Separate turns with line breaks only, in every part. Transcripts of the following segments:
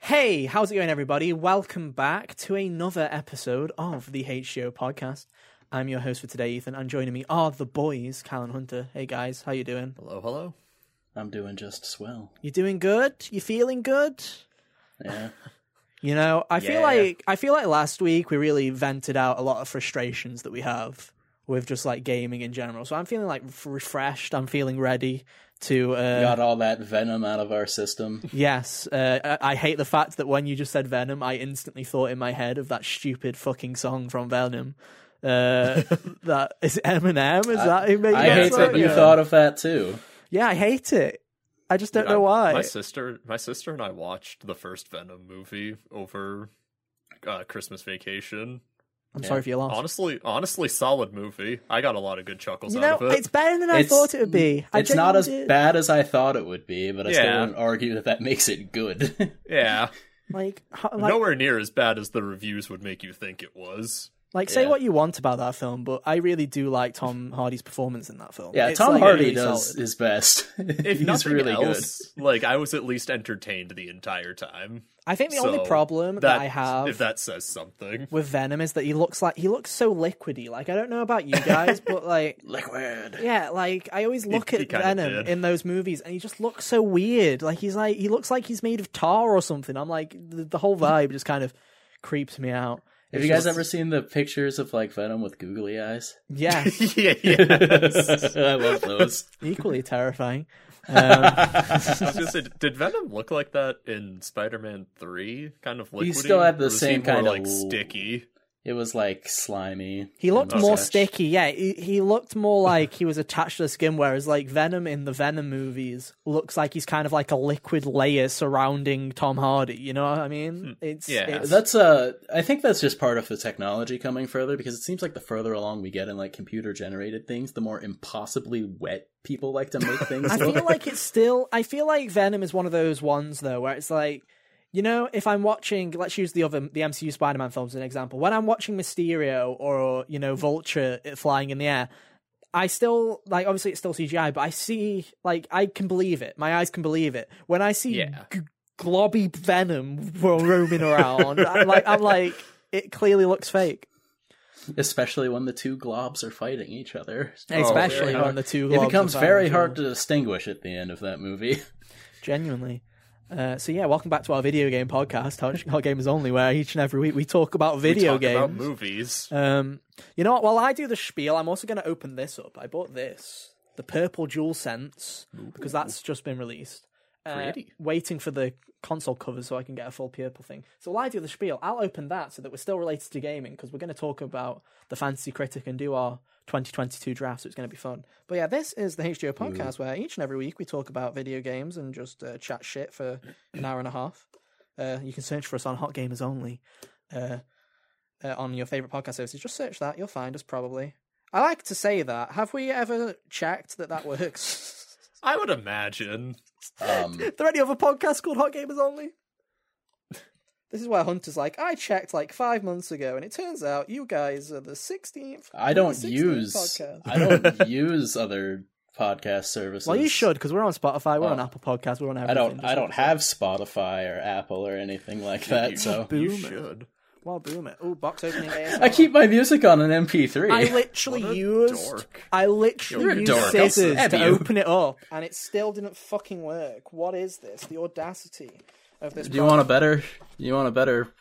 Hey, how's it going, everybody? Welcome back to another episode of the HGO podcast. I'm your host for today, Ethan, and joining me are the boys, Callan Hunter. Hey guys, how you doing?
Hello, hello.
I'm doing just swell.
You doing good? You feeling good?
Yeah.
You know, I feel
Yeah.
like I feel like last week we really vented out a lot of frustrations that we have with just like gaming in general. So I'm feeling like f- refreshed. I'm feeling ready to. Uh,
Got all that venom out of our system.
Yes, uh, I I hate the fact that when you just said Venom, I instantly thought in my head of that stupid fucking song from Venom. Uh, that is it Eminem. Is that who made
I
that
hate that
song?
you
yeah.
thought of that too.
Yeah, I hate it. I just don't
Dude, I-
know why.
My sister, my sister and I watched the first Venom movie over uh, Christmas vacation.
I'm sorry for your loss.
Honestly, honestly, solid movie. I got a lot of good chuckles
You know,
out of it.
it's better than I
It's-
thought it would be. I
It's not as
genuinely did.
bad as I thought it would be, but I still
Yeah.
wouldn't argue that that makes it good.
Yeah,
Like, ho- like,
nowhere near as bad as the reviews would make you think it was.
like, say
yeah.
what you want about that film, but I really do like Tom Hardy's performance in that film.
yeah,
It's,
Tom
like,
Hardy
really
does
solid.
his best.
If
He's
nothing
really
else, like I was at least entertained the entire time.
I think the
So,
only problem that, I have
if that says something,
with Venom is that he looks like he looks so liquidy. Like I don't know about you guys, but like
good. Liquid.
yeah, like I always look
he
at
kinda
Venom
did.
in those movies, and he just looks so weird. Like he's like he looks like he's made of tar or something. I'm like the, the whole vibe just kind of creeps me out.
Have
It's
you guys
just-
ever seen the pictures of like Venom with googly eyes?
Yes,
yeah, yeah.
I love those.
equally terrifying. Um,
I was gonna say, did Venom look like that in Spider-Man Three? Kind of liquidy.
He still had the
Or was he
same
more,
kind of-
like sticky.
It was like slimy.
he looked
and
more
such.
sticky. Yeah, he, he looked more like he was attached to the skin, whereas like Venom in the Venom movies looks like he's kind of like a liquid layer surrounding Tom Hardy. You know what I mean? It's
Hmm. Yeah.
it's-
That's uh I think that's just part of the technology coming further because it seems like the further along we get in like computer generated things, the more impossibly wet people like to make things
I
look.
feel like it's still. I feel like Venom is one of those ones though, where it's like, you know, if I'm watching, let's use the other the MCU Spider-Man films as an example. When I'm watching Mysterio or you know Vulture flying in the air, I still like obviously it's still CGI, but I see like I can believe it. My eyes can believe it when I see
Yeah.
g- globby Venom ro- roaming around. I'm like I'm like it clearly looks fake,
Especially when the two globs are fighting each other.
especially
Oh, yeah.
when the two.
It
globs are
becomes
fighting
very
each other.
hard to distinguish at the end of that movie.
genuinely. Uh, so yeah, welcome back to our video game podcast, Hot, Hot Gamers Only, where each and every week we talk about video
Talk
games.
about movies.
Uh,
um, you know what? While I do the spiel, I'm also going to open this up. I bought this, the purple Dual Sense, because that's just been released. Uh,
Pretty.
Waiting for the console cover so I can get a full purple thing. So while I do the spiel, I'll open that so that we're still related to gaming because we're going to talk about the Fantasy Critic and do our 2022 draft. So it's going to be fun. But yeah, this is the HGO podcast where each and every week we talk about video games and just uh, chat shit for an hour and a half. Uh, you can search for us on Hot Gamers Only uh, uh, on your favorite podcast services. Just search that; you'll find us probably. I like to say that. Have we ever checked that that works?
I would imagine.
Um,
Are there any other podcasts called Hot Gamers Only? This is where Hunter's like, I checked like five months ago, and it turns out you guys are the sixteenth.
I don't
16th
use
podcast.
I don't use other podcast services.
Well, you should because we're on Spotify, we're on
Oh.
Apple Podcasts, we're on everything.
I don't
just
I don't
like-
have Spotify or Apple or anything like that,
you,
so
you
Boomer.
should.
Well, boom it! Oh, box opening. ASMR.
I keep my music on an MP3.
I literally
What a
used.
dork.
I
You're
literally
a
used
dork.
scissors
Have
to
you?
open it up, and it still didn't fucking work. What is this? The audacity of this.
Do you want a better? You want a better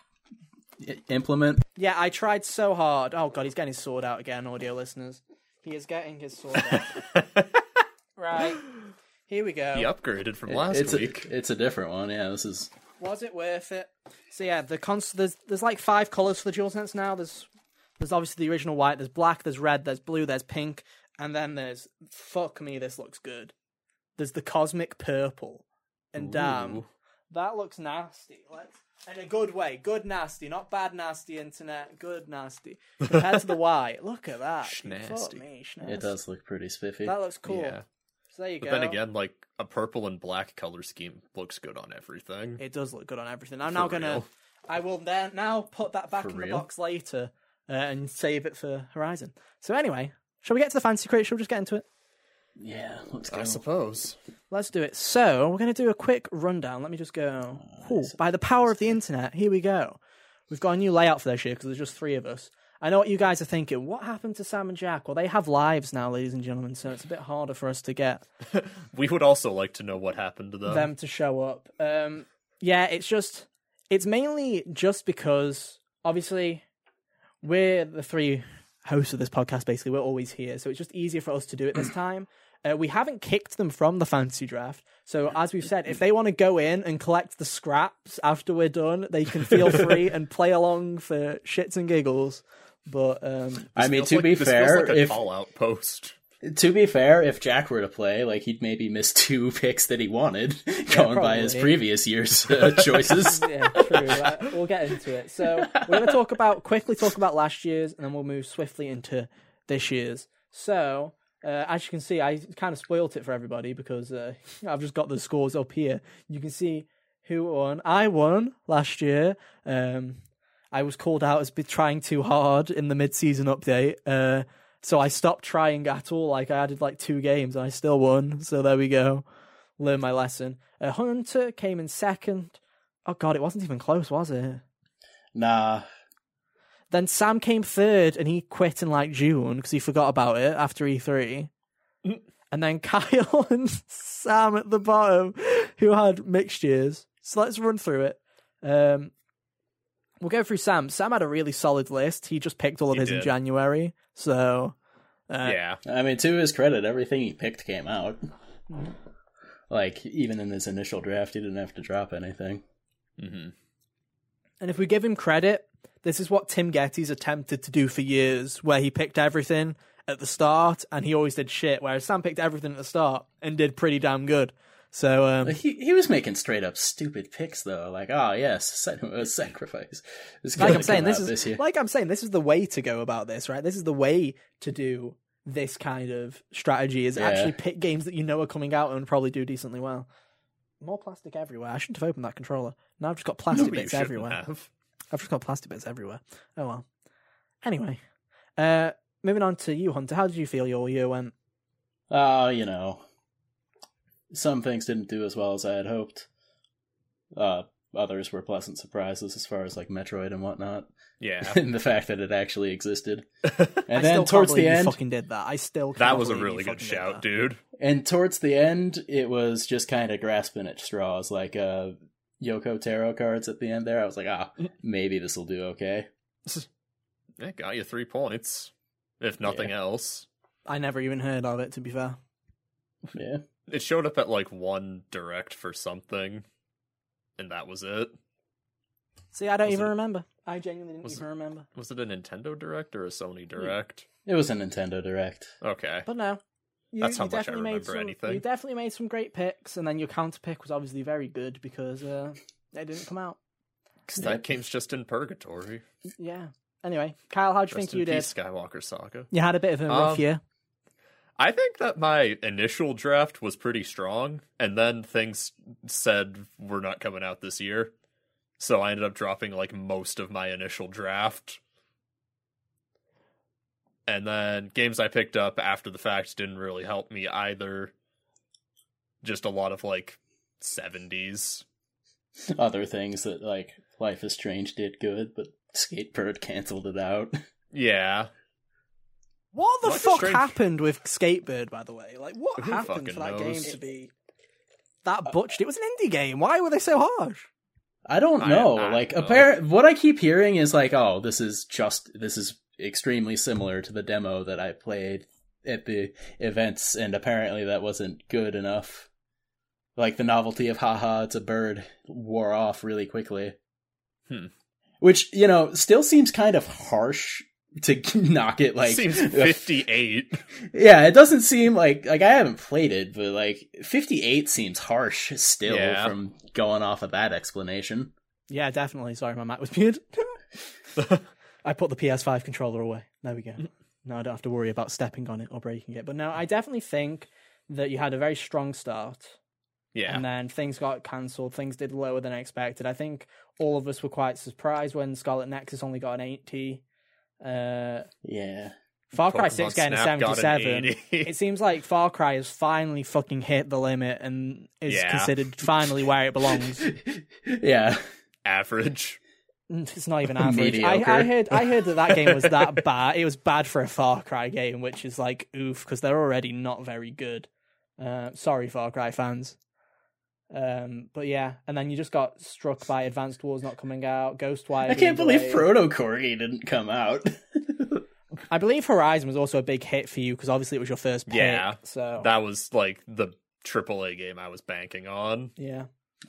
i- implement?
Yeah, I tried so hard. Oh god, he's getting his sword out again, audio listeners. He is getting his sword out. right. Here we go.
He upgraded from last
it's
week.
a it's a different one. Yeah, this is
Was it worth it? So yeah, the cons- there's there's like five colors for the DualSense now. There's there's obviously the original white, there's black, there's red, there's blue, there's pink, and then there's fuck me, this looks good. There's the cosmic purple. And damn,
Ooh.
that looks nasty. Let's in a good way, good nasty, not bad nasty internet, good nasty. Compared to the white, look at that. Fuck
Nasty.
me,
it does look pretty spiffy.
That looks cool.
Yeah.
So there you
But
go.
then again, like a purple and black color scheme looks good on everything.
It does look good on everything. I'm now gonna.
real.
I will then now put that back
For
in the
real?
box later uh, and save it for Horizon. So anyway, shall we get to the fancy crate? Shall we just get into it?
Yeah, let's go.
I suppose.
Let's do it. So we're going to do a quick rundown. Let me just go. Ooh, by the power of the internet, here we go. We've got a new layout for this year because there's just three of us. I know what you guys are thinking. What happened to Sam and Jack? Well, they have lives now, ladies and gentlemen, so it's a bit harder for us to get
We would also like to know what happened to them.
them to show up. Um, yeah, it's just it's mainly just because obviously we're the three hosts of this podcast. Basically, we're always here, so it's just easier for us to do it this time. Uh, we haven't kicked them from the fantasy draft, so as we've said, if they want to go in and collect the scraps after we're done, they can feel free and play along for shits and giggles. But um,
I mean,
Feels
to
like-
be
this feels
fair,
like a
if
call out post.
to be fair, if Jack were to play, like he'd maybe miss two picks that he wanted, going by his
probably.
previous year's uh, choices.
yeah, true. Uh, we'll get into it. So we're going to talk about quickly talk about last year's, and then we'll move swiftly into this year's. So uh, as you can see, I kind of spoilt it for everybody because uh, I've just got the scores up here. You can see who won. I won last year. Um, I was called out as be trying too hard in the mid-season update. Uh, so I stopped trying at all. Like I added like two games, and I still won. So there we go. Learn my lesson. Uh, Hunter came in second. Oh god, it wasn't even close, was it?
nah,
Then Sam came third, and he quit in like June because he forgot about it after E3. and then Kyle and Sam at the bottom, who had mixed years. So let's run through it. Um, we'll go through Sam. Sam had a really solid list. He just picked all of
He
his in
did.
January. So
Uh,
yeah.
I mean, to his credit, everything he picked came out.
Mm.
Like even in his initial draft, he didn't have to drop anything.
And if we give him credit, this is what Tim Getty's attempted to do for years, where he picked everything at the start and he always did shit, whereas Sam picked everything at the start and did pretty damn good. So um,
Like, he he was making straight up stupid picks though. Like, oh yes, sac- uh, sacrifice. It's
like
gonna
I'm saying,
come
this
out
is
year.
like I'm saying, this is the way to go about this, right? This is the way to do this kind of strategy is
Yeah.
actually pick games that you know are coming out and probably do decently well. More plastic everywhere. I shouldn't have opened that controller. Now I've just got plastic
Maybe you
bits
shouldn't
everywhere.
have.
I've just got plastic bits everywhere. Oh well. Anyway, uh, moving on to you, Hunter. How did you feel your year went?
Uh, you know, some things didn't do as well as I had hoped. Uh, others were pleasant surprises as far as like Metroid and whatnot,
Yeah.
and the fact that it actually existed.
I
And
still
then
can't
towards
believe
the
you
end,
fucking did that. I still.
That
can't
was a
believe you
really good
fucking did
shout,
that.
dude.
and towards the end, it was just kind of grasping at straws, like uh, Yoko Tarot cards at the end. There, I was like, ah,
Mm.
maybe this will do okay.
That got you three points, if nothing else.
I never even heard of it. To be fair,
Yeah,
It showed up at like one direct for something, and that was it.
see, I don't
Was
even
it-
remember. I genuinely didn't
was
even remember.
Was it a Nintendo Direct or a Sony Direct?
it was a Nintendo Direct.
Okay.
But no, you,
That's how
you
much I
definitely made
remember
some,
anything.
You definitely made some great picks, and then your counter pick was obviously very good because uh, they didn't come out.
'Cause that game's just in purgatory.
Yeah. Anyway, Kyle, how do you
Rest
think you
in
did?
peace, Skywalker Saga.
You had a bit of a rough
Um,
year.
I think that my initial draft was pretty strong, and then things said we're not coming out this year. So I ended up dropping like most of my initial draft. And then games I picked up after the fact didn't really help me either. Just a lot of like 70s.
Other things that like Life is Strange did good, but Skatebird canceled it out.
Yeah.
What the
Life is
fuck
Strange.
happened with Skatebird, by the way? Like, what
Who
happened
fucking
for that
knows?
game to be that butched? It was an indie game. Why were they so harsh?
I don't
I-
know.
I
like,
don't know.
appar- what I keep hearing is like, oh, this is just this is extremely similar to the demo that I played at the events, and apparently that wasn't good enough. Like the novelty of haha, it's a bird wore off really quickly.
Hmm.
Which you know still seems kind of harsh to knock it like
Seems
a
58.
yeah, it doesn't seem like like I haven't played it, but like fifty eight seems harsh still
Yeah.
from going off of that explanation.
Yeah, definitely. Sorry, my mic was muted. I put the PS5 controller away. There we go. Now I don't have to worry about stepping on it or breaking it. But no, I definitely think that you had a very strong start.
yeah.
and then things got cancelled. Things did lower than expected. I think all of us were quite surprised when Scarlet Nexus only got an eighty. Uh,
Yeah.
Far Cry Six
Pokemon
getting a
Snap got an
seventy-seven.
80.
It seems like Far Cry has finally fucking hit the limit and is
Yeah.
considered finally where it belongs.
yeah.
Average.
It's not even average. I,
Mediocre.
I heard I heard that that game was that bad. It was bad for a Far Cry game, which is like oof because they're already not very good. Uh, sorry, Far Cry fans. Um, but yeah, and then you just got struck by Advanced Wars not coming out, Ghostwire.
I
being
can't believe
delayed.
Proto Corgi didn't come out.
I believe Horizon was also a big hit for you because obviously it was your first pick.
Yeah.
So
That was like the AAA game I was banking on.
yeah.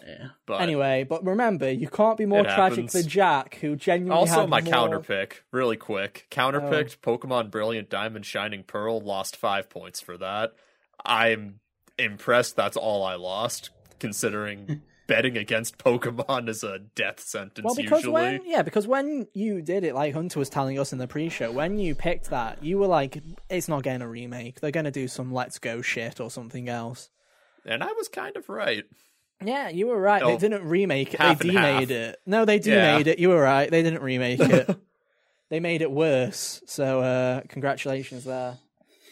yeah.
But
anyway, but remember, you can't be more
It
tragic
happens.
than Jack, who genuinely
also
had
my
more... Oh.
counter pick, really quick. Counter picked Pokemon Brilliant Diamond Shining Pearl, lost five points for that. I'm impressed that's all I lost, considering betting against Pokemon is a death sentence
Well, because
usually.
when yeah, because when you did it, like Hunter was telling us in the pre-show, when you picked that, you were like, "It's not getting a remake. They're going to do some Let's Go shit or something else."
And I was kind of right.
Yeah, you were right.
Oh,
they didn't remake it.
half
They
and half.
demade it. No, they
Yeah.
demade it. You were right. They didn't remake it. they made it worse. So, uh, congratulations there.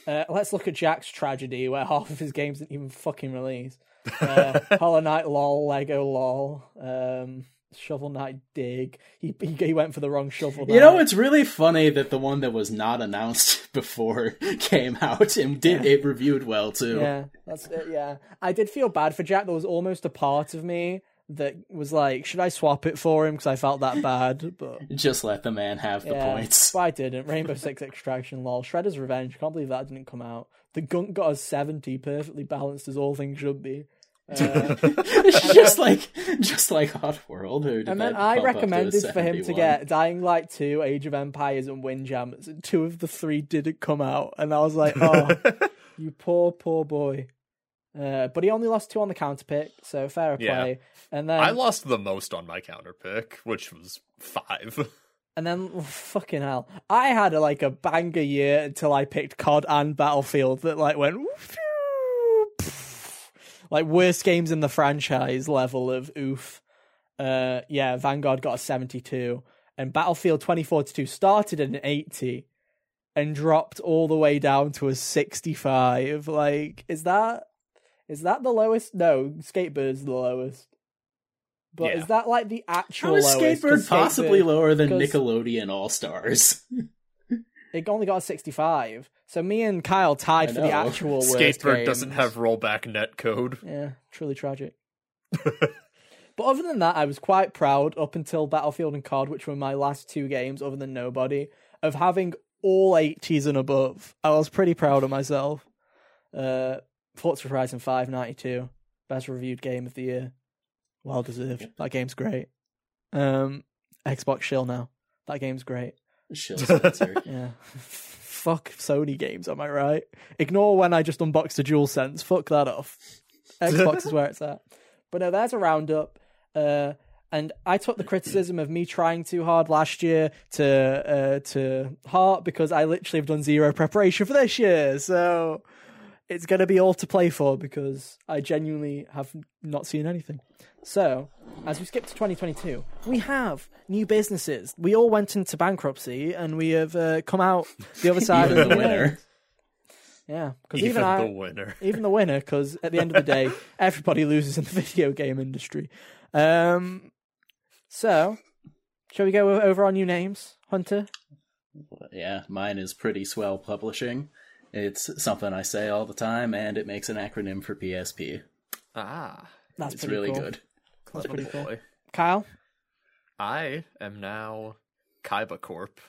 Uh, let's look at Jack's tragedy, where half of his games didn't even fucking release. Uh, Hollow Knight, lol. Lego, lol. Um, shovel Knight, dig. He, he he went for the wrong shovel.
You know,
there.
it's really funny that the one that was not announced before came out and did it reviewed well too.
Yeah, that's it. Yeah, I did feel bad for Jack. There was almost a part of me that was like, should I swap it for him? Because I felt that bad, but.
Just let the man have the
Yeah,
points.
Uh, But I didn't. Rainbow Six Extraction, lol. Shredder's Revenge. Can't believe that didn't come out. The gunk got us 70, perfectly balanced as all things should be. Uh,
It's just like just like Hot World. Or did
and
that
then I
bump up to a
recommended for him to
71?
get Dying Light 2, Age of Empires, and Windjammers. and Two of the three didn't come out. And I was like, oh, you poor, poor boy. Uh, but he only lost two on the counter pick, so fair play.
Yeah.
And then
I lost the most on my counter pick, which was five.
And then fucking hell, I had a, like a banger year until I picked COD and Battlefield that like went phew, pff. like worst games in the franchise level of oof. Uh, yeah, Vanguard got a seventy-two, and Battlefield twenty forty-two started at an eighty and dropped all the way down to a sixty-five. Like, is that is that the lowest? No, Skatebird's the lowest. But
Yeah.
is that like the actual
How is
lowest? 'Cause
Skatebird possibly
Skatebird-
lower than
because-
Nickelodeon All Stars?
It only got a 65. So me and Kyle tied
I
for the
know.
actual worst
Skatebird
games.
doesn't have rollback netcode.
Yeah, truly tragic. but other than that, I was quite proud up until Battlefield and COD, which were my last two games, other than Nobody, of having all 80s and above. I was pretty proud of myself. Uh, Forza Horizon 5 92, best reviewed game of the year. Well deserved. That game's great. Um, Xbox Shill now. That game's great.
Shill Spencer.
Yeah. Fuck Sony games, am I right? Ignore when I just unboxed a DualSense. Fuck that off. Xbox is where it's at. But no, there's a roundup. Uh, and I took the criticism of me trying too hard last year to uh, to heart because I literally have done zero preparation for this year. So it's going to be all to play for because I genuinely have not seen anything. So, as we skip to 2022, we have new businesses. We all went into bankruptcy and we have uh, come out the other side
Even
of
the
the
winner.
winner. Yeah, because
Even
even, I,
the winner.
even the winner, because at the end of the day, everybody loses in the video game industry. Um, so, shall we go over our new names, Hunter?
Yeah, mine is Pretty Swell Publishing. It's something I say all the time, and it makes an acronym for PSP.
Ah,
That's
It's
pretty
really
cool.
good.
That's pretty cool.
boy.
Kyle,
I am now Kaiba Corp.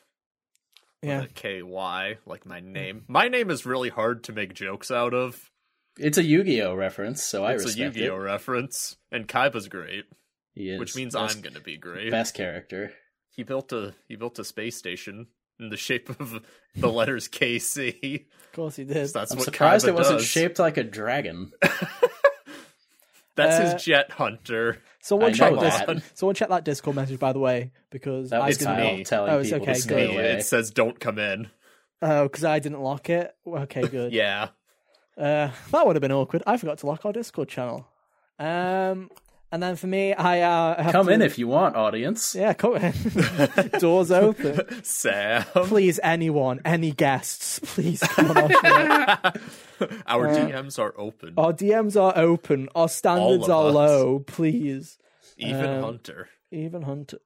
yeah,
K Y, like my name. My name is really hard to make jokes out of.
It's a Yu-Gi-Oh reference, so I
it's a Yu
respect
Gi Oh
it.
reference, and Kaiba's great,
He is
which means
best,
I'm gonna be great.
best character.
He built a he built a space station in the shape of the letters KC.
of course he did.
So that's
I'm
what
surprised
Kaiba
it wasn't
does.
shaped like a dragon.
That's
Uh,
his jet hunter.
Someone
I
check
know
this.
that.
Someone check that Discord message, by the way, because
That
I
was
didn't.
me.
Kyle telling
Oh, it's
people
okay,
to stay
good.
Me,
away.
It says don't come in.
Oh, because I didn't lock it. Okay, good.
Yeah.
Uh, that would have been awkward. I forgot to lock our Discord channel. Um, And then for me, I uh, have
Come
to-
in if you want, audience.
yeah, come in. Doors open.
Sam.
Please, anyone, any guests, please come on. Our, show.
Our
Uh,
DMs are open.
our DMs are open. Our standards
All
are
of us.
low. Please,
Even
um,
Hunter.
even Hunter.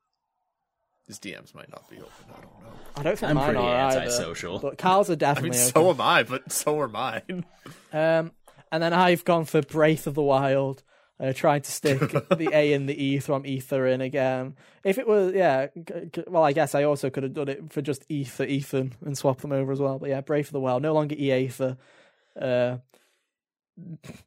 His DMs might not be open. I don't know.
I don't think
I'm
mine
pretty
are either,
antisocial.
But Carl's are
I mean,
definitely
so am I, but so are mine.
open. Um, and then I've gone for Breath of the Wild, uh, trying to stick the A and the E from Ether in again. If it was, yeah, g- g- well, I guess I also could have done it for just E for Ethan and swap them over as well. But yeah, Breath of the Wild, no longer EA for. Uh,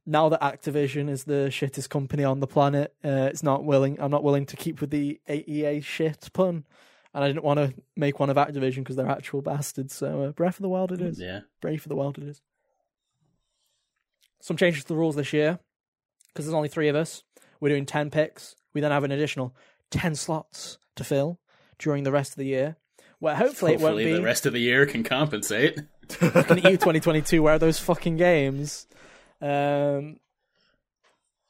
now that Activision is the shittest company on the planet, uh, it's not willing. I'm not willing to keep with the AEA shit pun, and I didn't want to make one of Activision because they're actual bastards. So uh, Breath of the Wild, it is.
Yeah.
Brave for the Wild it is. Some changes to the rules this year because there's only three of us. We're doing 10 picks. We then have an additional 10 slots to fill during the rest of the year. Where hopefully,
Hopefully
it
the
won't be.
rest of the year can compensate.
Looking at you, 2022, where are those fucking games? Um,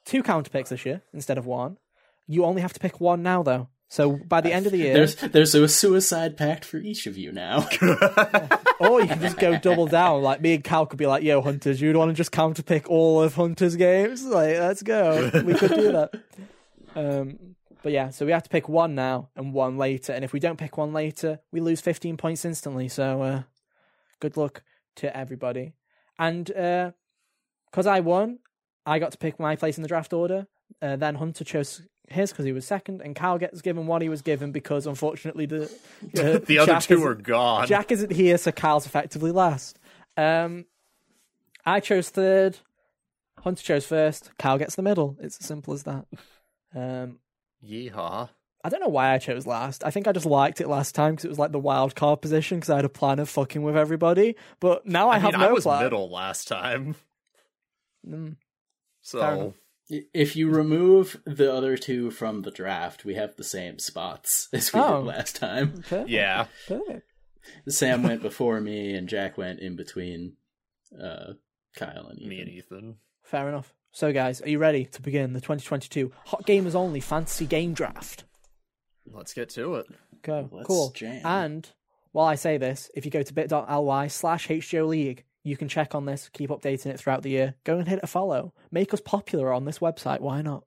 two counter picks this year instead of one. You only have to pick one now, though. So by the end of the year,
There's there's a suicide pact for each of you now.
Or you can just go double down. Like me and Cal could be like, "Yo, Hunters, you'd want to just counter pick all of Hunters' games? Like, let's go. We could do that." Um, but yeah, so we have to pick one now and one later. And if we don't pick one later, we lose fifteen points instantly. So uh, good luck to everybody. And because I won, I got to pick my place in the draft order. Uh, then Hunter chose his because he was second, and Cal gets given what he was given because unfortunately the uh,
the other
Jack
two
isn't-
are gone.
Jack isn't here, so Kyle's effectively last. Um, I chose third. Hunter chose first. Kyle gets the middle. It's as simple as that. Um,
Yeehaw.
I don't know why I chose last. I think I just liked it last time because it was like the wild card position because I had a plan of fucking with everybody. But now I,
I mean,
have
I
no
was
plan.
middle last time.
fair
So
enough.
if you remove the other two from the draft, we have the same spots as we
Oh.
did last time.
Perfect,
yeah,
perfect.
Sam went before me, and Jack went in between uh, Kyle and
me and
Ethan.
Ethan.
Fair enough. So, guys, are you ready to begin the 2022 Hot Gamers Only Fantasy Game Draft?
Let's get to it.
Go.
Let's
cool.
jam.
And while I say this, if you go to bit.ly slash HJO League, you can check on this, keep updating it throughout the year. Go and hit a follow. Make us popular on this website. Why not?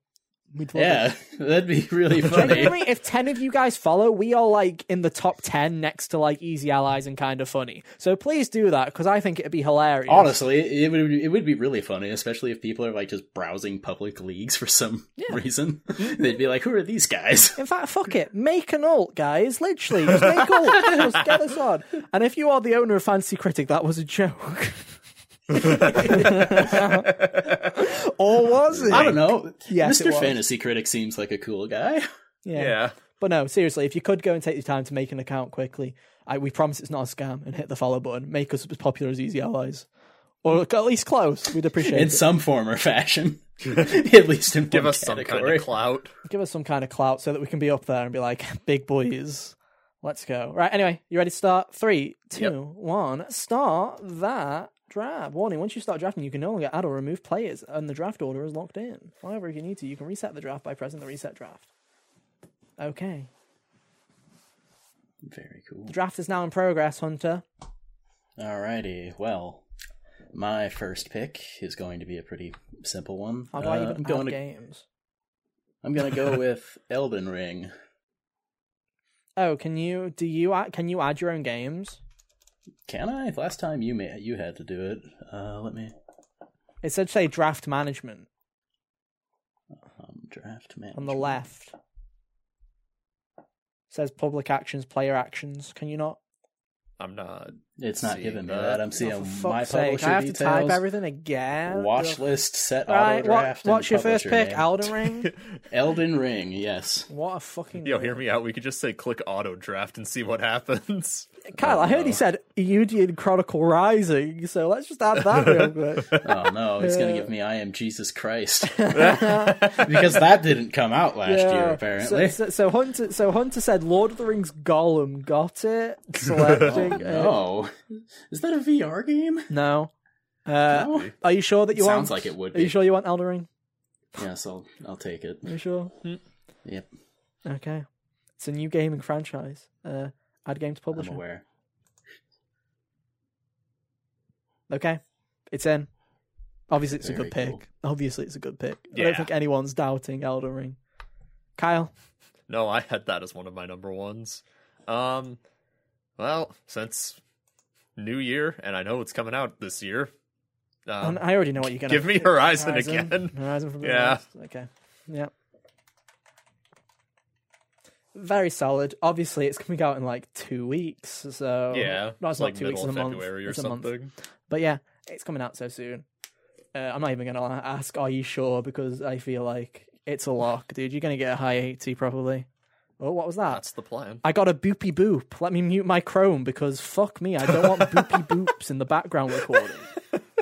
We'd love it.
Yeah, that'd be really funny.
Genuinely, if 10 of you guys follow, we are like in the top 10 next to like Easy Allies and Kind of Funny. So please do that because I think it'd be hilarious.
Honestly, it would it would be really funny, especially if people are like just browsing public leagues for some reason. They'd be like, "Who are these guys?"
In fact, fuck it. Make an alt, guys. Literally, just make alt. just get us on. And if you are the owner of Fancy Critic, that was a joke. or was it?
I don't know.
Yes, it
Mr.
was.
Fantasy Critic seems like a cool guy.
Yeah.
Yeah.
But no, seriously, if you could go and take the time to make an account quickly, I, we promise it's not a scam, and hit the follow button. Make us as popular as Easy Allies. Or at least close. We'd appreciate
in
it.
some form or fashion. At least in
Give
one
us some kind
category.
of clout.
Give us some kind of clout so that we can be up there and be like, big boys. Let's go. Right, anyway, you ready to start? Three, two, one, start that draft. Warning, once you start drafting, you can no longer add or remove players, and the draft order is locked in. However, if you need to, you can reset the draft by pressing the reset draft. Okay.
Very cool.
The draft is now in progress, Hunter.
Alrighty, well, my first pick is going to be a pretty simple one.
How do I
Uh,
even
I'm
add
going to
games?
I'm going to go with Elden Ring.
Oh, can you do you add, can you add your own games?
Can I? Last time you may, you had to do it. Uh, let me
It said say draft management
um, draft man.
on the left. says public actions, player actions. Can you not?
I'm not.
It's not
See
giving me
that.
that. I'm seeing
Oh, for
my
fuck's sake.
publisher
I have
details.
to type everything again.
Watch
Ugh.
list set
Right,
auto
what,
draft. and
what's your first
publisher
pick?
name.
Elden Ring.
Elden Ring. Yes.
what a fucking.
Yo, hear me out. We could just say click auto draft and see what happens.
Kyle, I heard he said Eudian Chronicle Rising, so let's just add that real quick.
Oh no, he's gonna give me I am Jesus Christ. because that didn't come out last year
Yeah.
apparently.
So, so, so Hunter, so Hunter said Lord of the Rings Gollum. Got it. Selecting. uh,
Oh, no. Is that a VR game?
No. Uh,
No.
Are you sure that you
Sounds
want?
like it would
Are you
be.
sure you want Elder Ring?
Yes, I'll I'll take it.
Are you sure?
Yep,
Okay. It's a new gaming franchise. Uh, add game to
I'm
publisher.
aware.
Okay. It's in. Obviously, it's a
Very
good pick.
cool.
Obviously, it's a good pick. I
Yeah.
don't think anyone's doubting Elden Ring. Kyle,
No, I had that as one of my number ones. Um, well, since New Year, and I know it's coming out this year. Um,
I already know what you're going to
give me Horizon again.
Horizon from the
Yeah.
West. Okay. Yeah. Very solid. Obviously, it's coming out in like two weeks. So
yeah,
no, it's
like
not two weeks
middle
in a
of
month.
February
it's
or
a month.
something.
But yeah, it's coming out so soon. Uh, I'm not even gonna ask, are you sure? Because I feel like it's a lock, dude. You're gonna get a high 80 probably. Oh, what was that?
That's the plan.
I got a boopy boop. Let me mute my Chrome because fuck me, I don't want boopy boops in the background recording.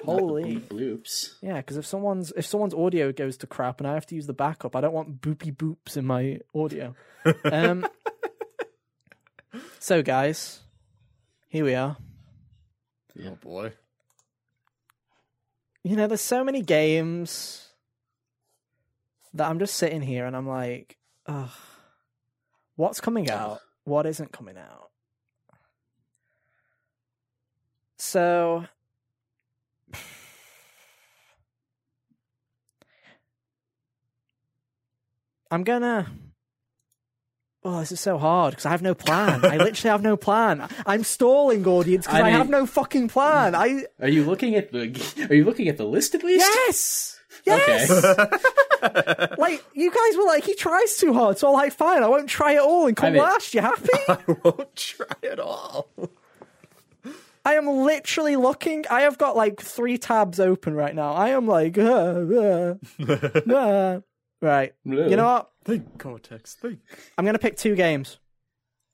Holy.
Boop bloops.
Yeah, because if someone's if someone's audio goes to crap and I have to use the backup, I don't want boopy boops in my audio. Um, so guys, here we are.
Oh boy.
you know, there's so many games that I'm just sitting here and I'm like, ugh, what's coming out? What isn't coming out? So, I'm gonna. Oh, this is so hard because I have no plan. I literally have no plan. I'm stalling, audience, because
I
I
mean-
have no fucking plan. I
Are you looking at the Are you looking at the list at least?
Yes.
Okay.
Yes. like you guys were like, he tries too hard, so I'm like, fine, I won't try at all and come
I mean-
last. You happy?
I won't try at all.
I am literally looking. I have got like three tabs open right now. I am like, uh, uh, uh. right. You know what?
Think, Cortex, think.
I'm gonna pick two games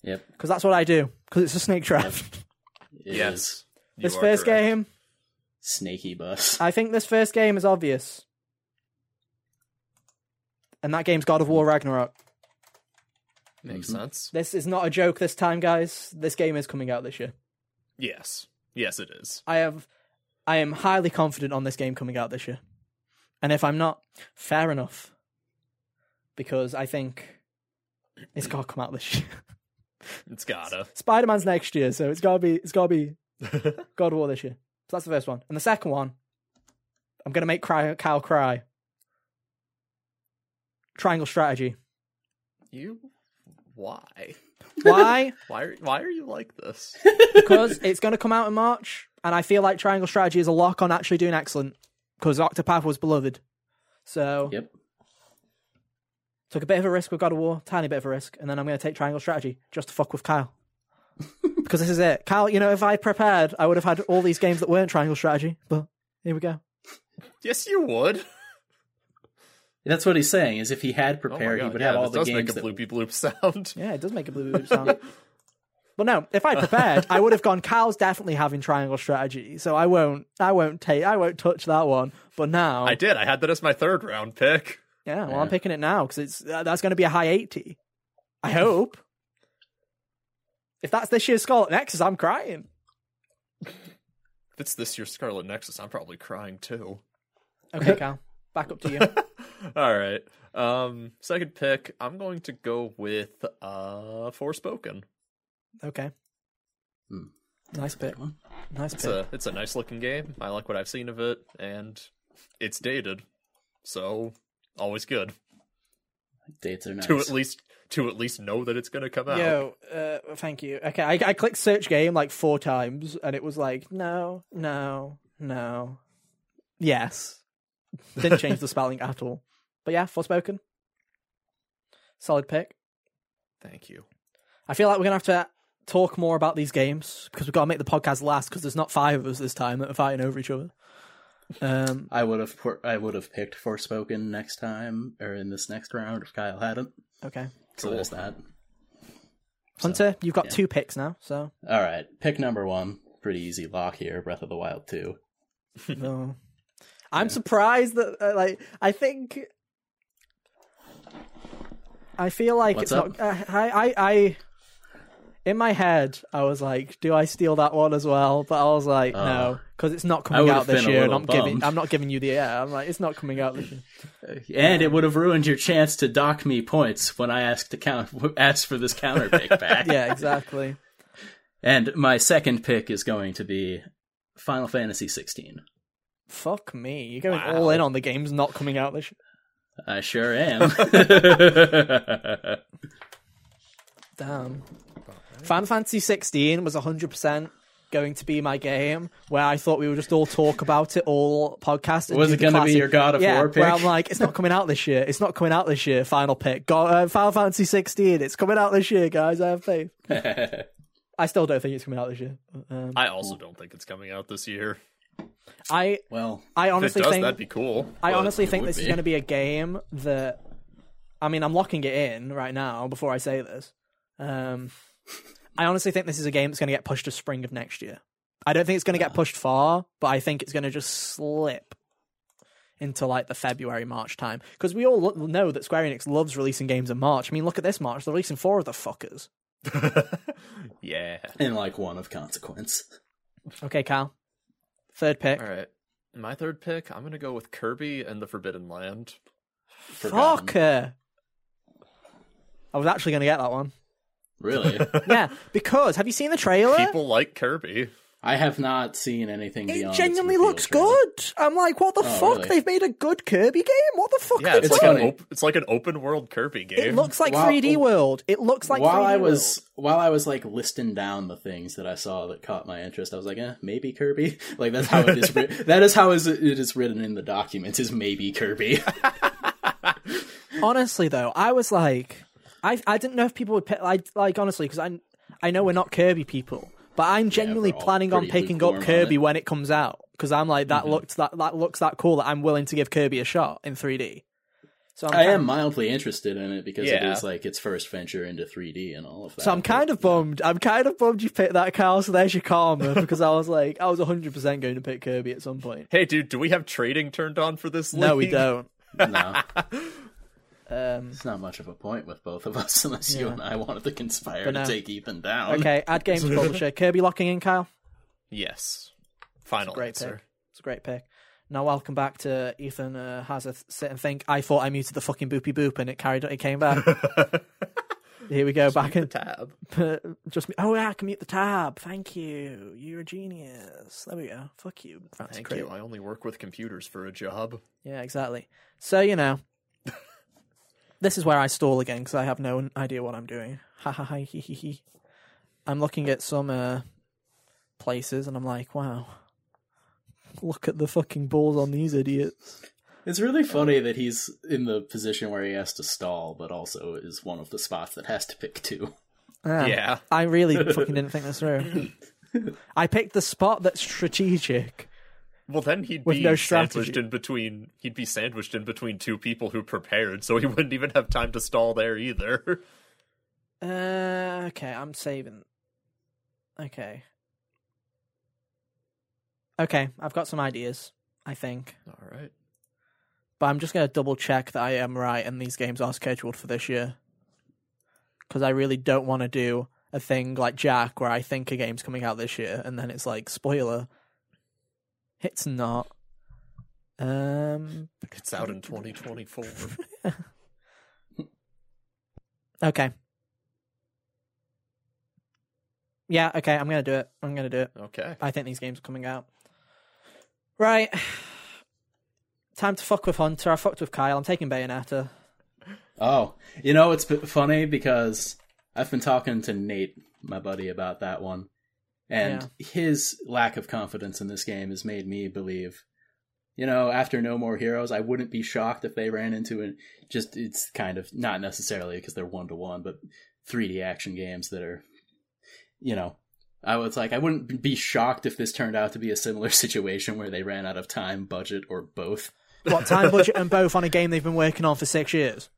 Yep.
because that's what I do. Because it's a snake draft.
it is.
Yes. you
this
are
first
correct.
game,
Snaky bus.
I think this first game is obvious, and that game's God of War Ragnarok.
Makes sense.
This is not a joke this time, guys. This game is coming out this year.
Yes. Yes, it is.
I have I am highly confident on this game coming out this year. And if I'm not, fair enough. Because I think it's gotta come out this year.
It's gotta.
Spider Man's next year, so it's gotta be it's gotta be God of War this year. So that's the first one. And the second one, I'm gonna make cry Kyle cry. Triangle strategy.
You. Why?
Why?
Why are, why are you like this?
because it's going to come out in March, and I feel like Triangle Strategy is a lock on actually doing excellent because Octopath was beloved. So
Yep.
took a bit of a risk with God of War, tiny bit of a risk, and then I'm going to take Triangle Strategy just to fuck with Kyle because this is it. Kyle, you know, if I prepared, I would have had all these games that weren't Triangle Strategy, but here we go.
yes, you would.
That's what he's saying. Is if he had
Oh my
prepared, he
God,
would
yeah,
have
that
all the
does
games
make a
that
bloopy bloop sound.
Yeah, it does make a blue boop sound. But no, if I prepared, I would have gone. Kyle's definitely having triangle strategy, so I won't. I won't take. I won't touch that one. But now
I did. I had that as my third round pick.
Yeah, well,
Yeah.
I'm picking it now because it's uh, that's going to be a high eighty. I hope. if that's this year's Scarlet Nexus, I'm crying.
If it's this year's Scarlet Nexus, I'm probably crying too.
Okay, Cal, back up to you.
All right. Um, second pick, I'm going to go with uh Forspoken.
Okay.
Hmm.
Nice pick.
one.
Nice
It's
pick.
a it's a nice looking game. I like what I've seen of it, and it's dated, so always good
dates are nice.
to at least to at least know that it's going to come out.
Yo, uh, thank you. Okay, I, I clicked search game like four times, and it was like no, no, no, yes. Didn't change the spelling at all. But yeah, Forspoken. Solid pick.
Thank you.
I feel like we're gonna have to talk more about these games because we've got to make the podcast last because there's not five of us this time that are fighting over each other. Um,
I would have por- I would have picked Forspoken next time or in this next round if Kyle hadn't.
okay,
So
Cool.
there's that.
Hunter, you've got
yeah.
two picks now, so
All right, pick number one. Pretty easy lock here. Breath of the Wild two.
no. I'm surprised that uh, like I think I feel like
What's
uh, it's not. I, I I in my head, I was like, "Do I steal that one as well?" But I was like,
Oh.
"No," because it's not
I
coming
would've
out this
been a
year. And
little
I'm giving,
bummed.
I'm not giving you the air. I'm like, it's not coming out this year.
And it would have ruined your chance to dock me points when I asked to count asked for this counter pick back.
yeah, exactly.
And my second pick is going to be Final Fantasy 16.
Fuck me, you're going
Wow.
all in on the games not coming out this year.
I sure am.
Damn. Final Fantasy 16 was 100% going to be my game where I thought we would just all talk about it all podcast. and
Was
do
it
the
going to be
classic-
your God of
yeah,
War
Where
pick?
I'm like, it's not coming out this year. It's not coming out this year. Final pick. Go, uh, Final Fantasy 16. It's coming out this year, guys. I have faith. I still don't think it's coming out this year. Um,
I also don't think it's coming out this year.
I,
well,
I
If it
honestly
does,
think
that'd be cool.
I
but
honestly
it
think
would
this is
be.
going to be a game that. I mean, I'm locking it in right now before I say this. Um, I honestly think this is a game that's going to get pushed to spring of next year. I don't think it's going to
Ah.
get pushed far, but I think it's going to just slip into like the February March time because we all lo- know that Square Enix loves releasing games in March. I mean, look at this March; they're releasing four of the fuckers.
yeah.
and like one of consequence.
Okay, Cal, third pick.
All right. My third pick, I'm going to go with Kirby and the Forbidden Land.
Forgotten.
Fucker. I was actually going to get that one.
Really?
Yeah, because have you seen the trailer?
People like Kirby.
I have not seen anything
It
beyond. its
genuinely
reveal
looks
trailer.
good. I'm like, what the
Oh,
fuck?
really?
They've made a good Kirby game. What the fuck?
Yeah,
are they
it's like,
doing?
an
funny.
op- it's like an open world Kirby game.
it looks like
Wow.
3D World. It looks like
while
3D
I was while I was like listing down the things that I saw that caught my interest, I was like, eh, maybe Kirby. Like that's how it is. writ- that is how is it is written in the document is maybe Kirby.
World. Honestly, though, I was like, I I didn't know if people would pick. I like honestly because I I know we're not Kirby people, but I'm genuinely
all
planning on
pretty
picking up
lukewarm on
Kirby
it. Mm-hmm.
when it comes out because I'm like that looks that that looks that cool that I'm willing to give Kirby a shot in 3D. So I'm
I
kind-
am mildly interested in it because it
Yeah.
is like its first venture into 3D and all of that.
So I'm kind of bummed. I'm kind of bummed you picked that Carl. So there's your karma because I was like, I was 100% going to pick Kirby at some point.
hey, dude, do we have trading turned on for this league?
No, we don't.
no,
Um,
it's not much of a point with both of us unless you
Yeah.
and I wanted to conspire
But no.
to take Ethan down.
okay, add games publisher. Kirby locking in, Kyle.
Yes. Final
Great
answer.
pick. It's a great pick. Now welcome back to Ethan uh, has a th- sit and think. I thought I muted the fucking boopy boop and it carried. It came back. Here we go back in.
Tab.
Just me. Oh yeah, I can mute the tab. Thank you. You're a genius. There we go. Fuck you. Fancy
Thank
critic.
you. I only work with computers for a job.
Yeah, exactly. So you know, this is where I stall again because I have no idea what I'm doing. Ha ha ha he he he. I'm looking at some uh, places and I'm like, wow, look at the fucking balls on these idiots.
It's really funny that he's in the position where he has to stall, but also is one of the spots that has to pick two.
Ah,
Yeah.
I really fucking didn't think this through. I picked the spot that's strategic.
Well, then he'd
With
be
no
sandwiched
strategy.
in between. He'd be sandwiched in between two people who prepared, so he wouldn't even have time to stall there either.
Uh, okay, I'm saving. Okay. Okay, I've got some ideas. I think.
All right.
But I'm just going to double check that I am right and these games are scheduled for this year. Because I really don't want to do a thing like Jack where I think a game's coming out this year and then it's like, spoiler, it's not. Um.
It's out in 2024.
Okay. Yeah, okay, I'm going to do it. I'm going to do it.
okay.
I think these games are coming out. Right. Time to fuck with Hunter. I fucked with Kyle. I'm taking Bayonetta.
Oh, you know it's b- funny because I've been talking to Nate, my buddy, about that one, and his lack of confidence in this game has made me believe. You know, after No More Heroes, I wouldn't be shocked if they ran into it. Just it's kind of not necessarily because they're one to one, but 3D action games that are, you know, I was like, I wouldn't be shocked if this turned out to be a similar situation where they ran out of time, budget, or both.
What time, budget, and both on a game they've been working on for six years?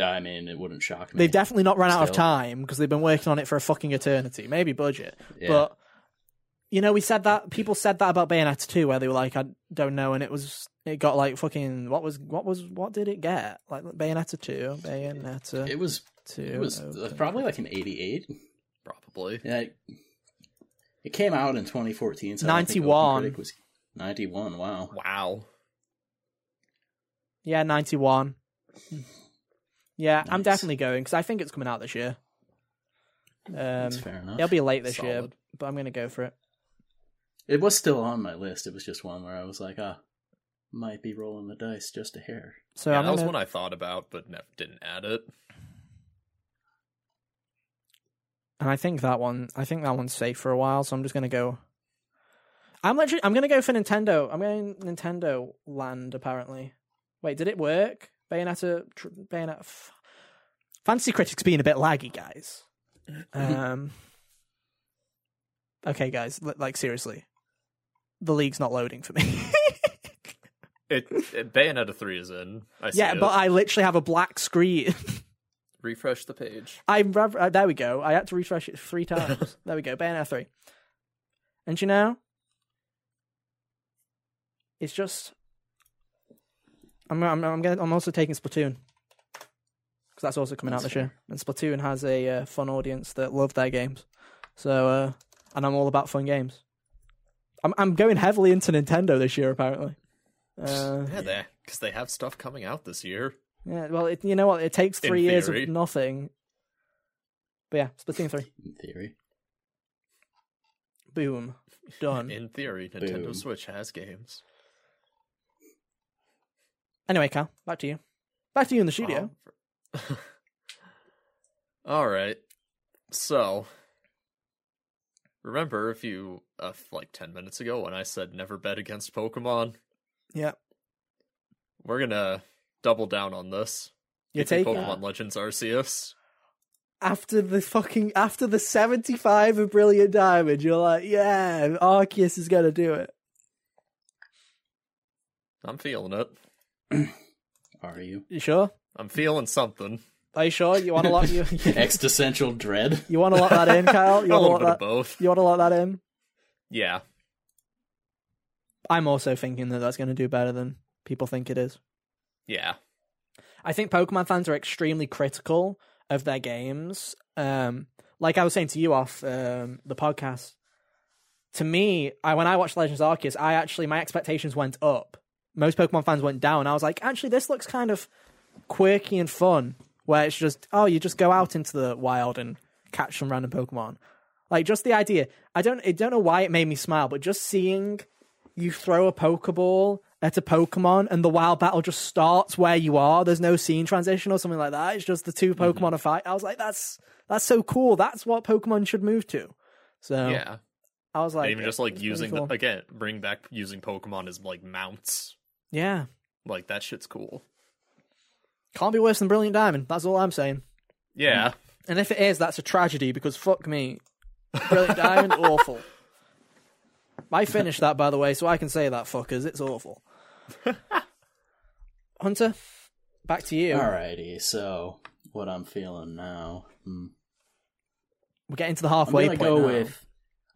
I mean, it wouldn't shock me.
They've definitely not run out of
Still.
time because they've been working on it for a fucking eternity. Maybe budget,
Yeah.
but you know, we said that people said that about Bayonetta 2 where they were like, I don't know, and it was it got like fucking what was what was what did it get like Bayonetta 2, Bayonetta.
It was
Two.
It was uh,
open.
probably like an 88.
Probably.
Yeah. It, it came out in 2014.
91.
So I don't think Open Critic was 91. Wow.
Wow.
Yeah, 91. Yeah, I'm
Nice.
definitely going because I think it's coming out this year. Um,
That's fair enough.
it'll Um, be late this year,
Solid.
but I'm going to go for it.
It was still on my list. It was just one where I was like, ah, might be rolling the dice just a hair.
So
yeah,
I'm
that was
gonna-
one I thought about, but never didn't add it.
and I think that one, I think that one's safe for a while. So I'm just going to go. I'm literally, I'm going to go for Nintendo. I'm going Nintendo Land. Apparently, wait, did it work? Bayonetta, tr- Bayonetta. F- Fancy critics being a bit laggy, guys. Um. okay, guys, li- like seriously, the league's not loading for me.
It, it Bayonetta three is in. I see
yeah,
it.
but I literally have a black screen.
refresh the page.
I rev- uh, there we go. I had to refresh it three times. there we go. Bayonetta three. And you know, it's just I'm I'm I'm, gonna, I'm also taking Splatoon because that's also coming out
That's
this year. And Splatoon has a uh, fun audience that love their games. So uh, and I'm all about fun games. I'm I'm going heavily into Nintendo this year apparently. Uh,
Yeah, they because they have stuff coming out this year.
yeah. Well, it, you know what? It takes
In
three years of
theory.
nothing. But yeah, Splatoon three.
In theory.
Boom. Done.
In theory, Nintendo
Boom.
Switch has games.
Anyway, Cal, back to you. Back to you in the studio.
Um, All right. So remember if you uh, like 10 minutes ago when I said never bet against Pokemon,
yeah.
we're going to double down on this.
You're
Give me
taking
Pokemon Legends Arceus.
after the fucking after the seventy five of Brilliant Diamond, you're like, yeah, Arceus is gonna do it.
I'm feeling it.
Are you?
You sure?
I'm feeling something.
Are you sure? You wanna lock you
Existential dread.
You wanna lock that in, Kyle? You
a
wanna
little
lock
bit
that
of both.
you wanna lock that in?
Yeah.
I'm also thinking that that's gonna do better than people think it is.
Yeah.
I think Pokemon fans are extremely critical of their games. Um, like I was saying to you off um, the podcast, to me, I when I watched Legends Arceus, I actually my expectations went up. Most Pokemon fans went down. I was like, actually, this looks kind of quirky and fun, where it's just oh, you just go out into the wild and catch some random Pokemon. Like just the idea. I don't I don't know why it made me smile, but just seeing you throw a Pokeball at a Pokemon and the wild battle just starts where you are. There's no scene transition or something like that. It's just the two Pokemon
Mm-hmm.
are fight. I was like, that's that's so cool. That's what Pokemon should move to. So
Yeah.
I was Oh. like,
and even just like
it's pretty
using
cool.
the, again, bring back using Pokemon as like mounts.
yeah,
Like that shit's cool.
can't be worse than Brilliant Diamond. That's all I'm saying.
Yeah.
And if it is, that's a tragedy because fuck me, Brilliant Diamond, awful. I finished that by the way, so I can say that fuckers, it's awful. Hunter, back to you.
Alrighty, so what I'm feeling now. Hmm.
We're getting to the
I'm
halfway
gonna
point.
go
now.
with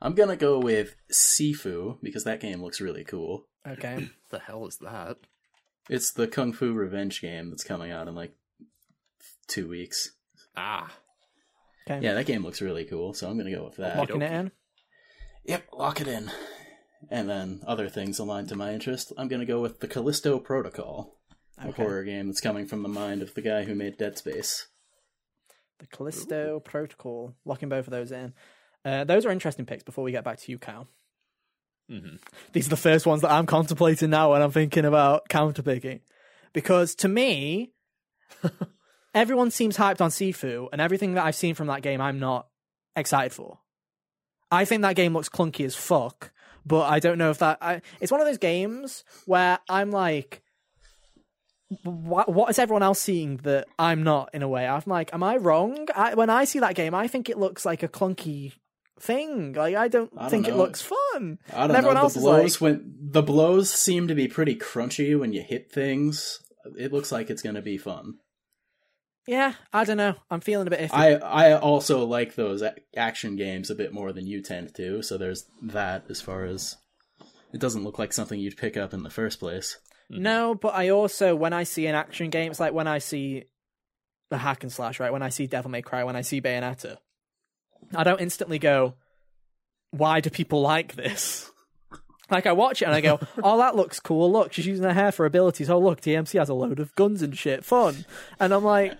I'm gonna go with Sifu because that game looks really cool.
Okay.
The hell is that?
It's the Kung Fu Revenge game that's coming out in like two weeks.
Ah.
Okay.
Yeah, that game looks really cool, so I'm gonna go with that.
Locking it in.
Yep, lock it in. And then other things aligned to my interest. I'm gonna go with the Callisto Protocol, a
Okay.
horror game that's coming from the mind of the guy who made Dead Space.
The Callisto Protocol. Locking both of those in. Uh, those are interesting picks before we get back to you, Cal.
Mhm.
These are the first ones that I'm contemplating now when I'm thinking about counterpicking. Because to me, everyone seems hyped on Sifu, and everything that I've seen from that game, I'm not excited for. I think that game looks clunky as fuck, but I don't know if that. I, it's one of those games where I'm like, what, what is everyone else seeing that I'm not in a way? I'm like, am I wrong? I, when I see that game, I think it looks like a clunky thing. Like I don't,
I don't
think it
know.
looks fun.
I
And
don't
everyone
know.
else
The
is
blows
like-
when the blows seem to be pretty crunchy when you hit things. It looks like it's gonna be fun.
Yeah, I don't know. I'm feeling a bit iffy.
I I also like those ac- action games a bit more than you tend to. So there's that as far as it doesn't look like something you'd pick up in the first place.
No, but I also when I see an action game, it's like when I see the hack and slash, right? When I see Devil May Cry, when I see Bayonetta, I don't instantly go, "Why do people like this?" Like I watch it and I go, "Oh, that looks cool. Look, she's using her hair for abilities. Oh, look, DMC has a load of guns and shit. Fun." And I'm like,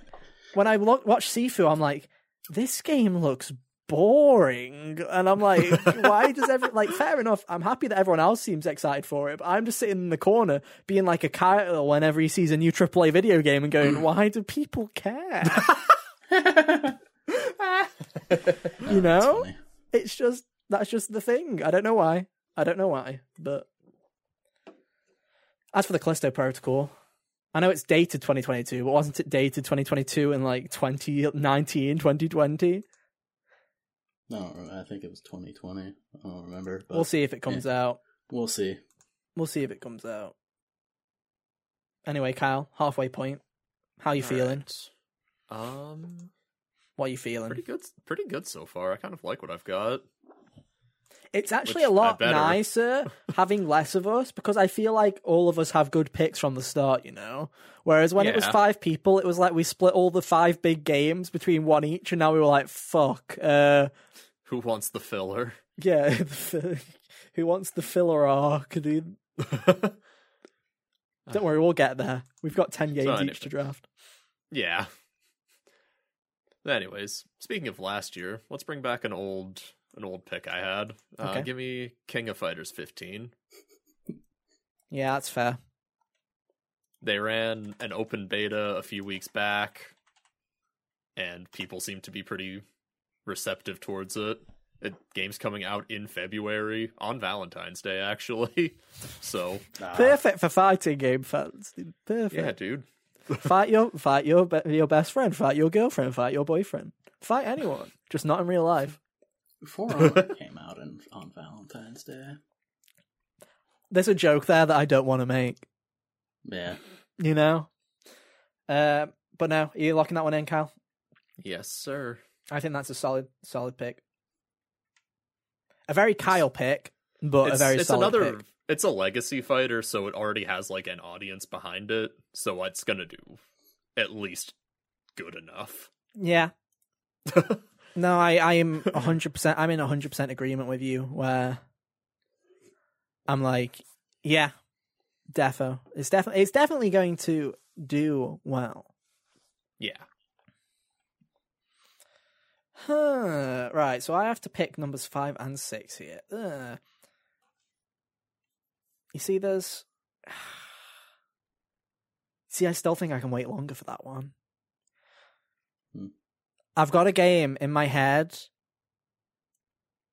when I lo- watch Sifu, I'm like, "This game looks boring." And I'm like, "Why does every like fair enough? I'm happy that everyone else seems excited for it, but I'm just sitting in the corner being like a Kyle whenever he sees a new AAA video game and going, "Why do people care?" you know,
Funny.
it's just that's just the thing. I don't know why. I don't know why, but as for the Callisto Protocol, I know it's dated 2022, but wasn't it dated 2022 in like 2019, 2020?
I don't remember. I think it was 2020. I don't remember. But
We'll see if it comes out.
We'll see.
We'll see if it comes out. Anyway, Kyle, halfway point. How you
All
feeling?
right. Um,
What are you feeling?
pretty good. Pretty good so far. I kind of like what I've got.
It's actually
Which
a lot
I better.
nicer having less of us because I feel like all of us have good picks from the start, you know? Whereas when it was
Yeah.
five people, it was like we split all the five big games between one each, and now we were like, fuck. Uh,
Who wants the filler?
yeah, the fi- who wants the filler arc, dude? Don't worry, we'll get there. We've got 10 games
not
each to draft.
yeah. Anyways, speaking of last year, let's bring back an old an old pick I had. Uh,
Okay.
Give me King of Fighters 15.
Yeah, that's fair.
They ran an open beta a few weeks back, and people seem to be pretty receptive towards it. it game's coming out in February on Valentine's Day, actually. So
Ah,
Perfect for fighting game fans. dude.
yeah,
Perfect.
dude.
Fight your fight your be- your best friend, fight your girlfriend, fight your boyfriend. Fight anyone, just not in real life.
Four Honor came out in, on Valentine's Day.
there's a joke there that I don't want to make,
Yeah.
you know. Uh, but no, are you locking that one in, Cal?
Yes, sir.
I think that's a solid, solid pick. A very Kyle pick, but
it's,
a very
it's
solid
another
pick.
it's a legacy fighter so it already has like an audience behind it so it's gonna do at least good enough
Yeah. no, I, I am 100%, I'm in 100% agreement with you where I'm like, yeah, defo. It's definitely, it's definitely going to do well.
yeah
Huh. Right, so I have to pick numbers five and six here. Ugh. You see, there's. See, I still think I can wait longer for that one.
Hmm.
I've got a game in my head,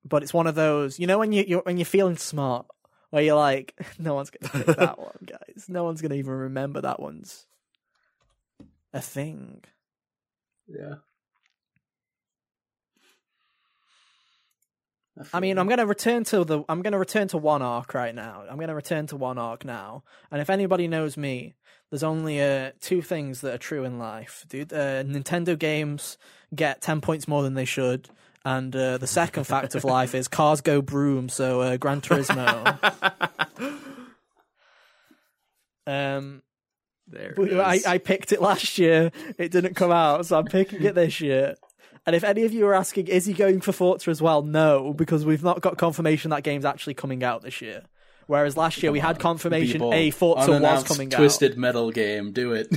but it's one of those. You know when you you're, when you're feeling smart, where you're like, no one's gonna pick that one, guys. No one's gonna even remember that one's a thing.
Yeah.
I mean, I'm going to return to the. I'm going to return to one arc right now. I'm going to return to one arc now. And if anybody knows me, there's only uh, two things that are true in life, dude. Uh, Nintendo games get ten points more than they should, and uh, the second fact of life is cars go broom. So uh, Gran Turismo. um,
there
but
it
I,
is.
I picked it last year. It didn't come out, so I'm picking it this year. And if any of you are asking, is he going for Forza as well? No, because we've not got confirmation that game's actually coming out this year. Whereas last year we had confirmation a Forza was
Unannounced
coming out.
Twisted metal game. Do it.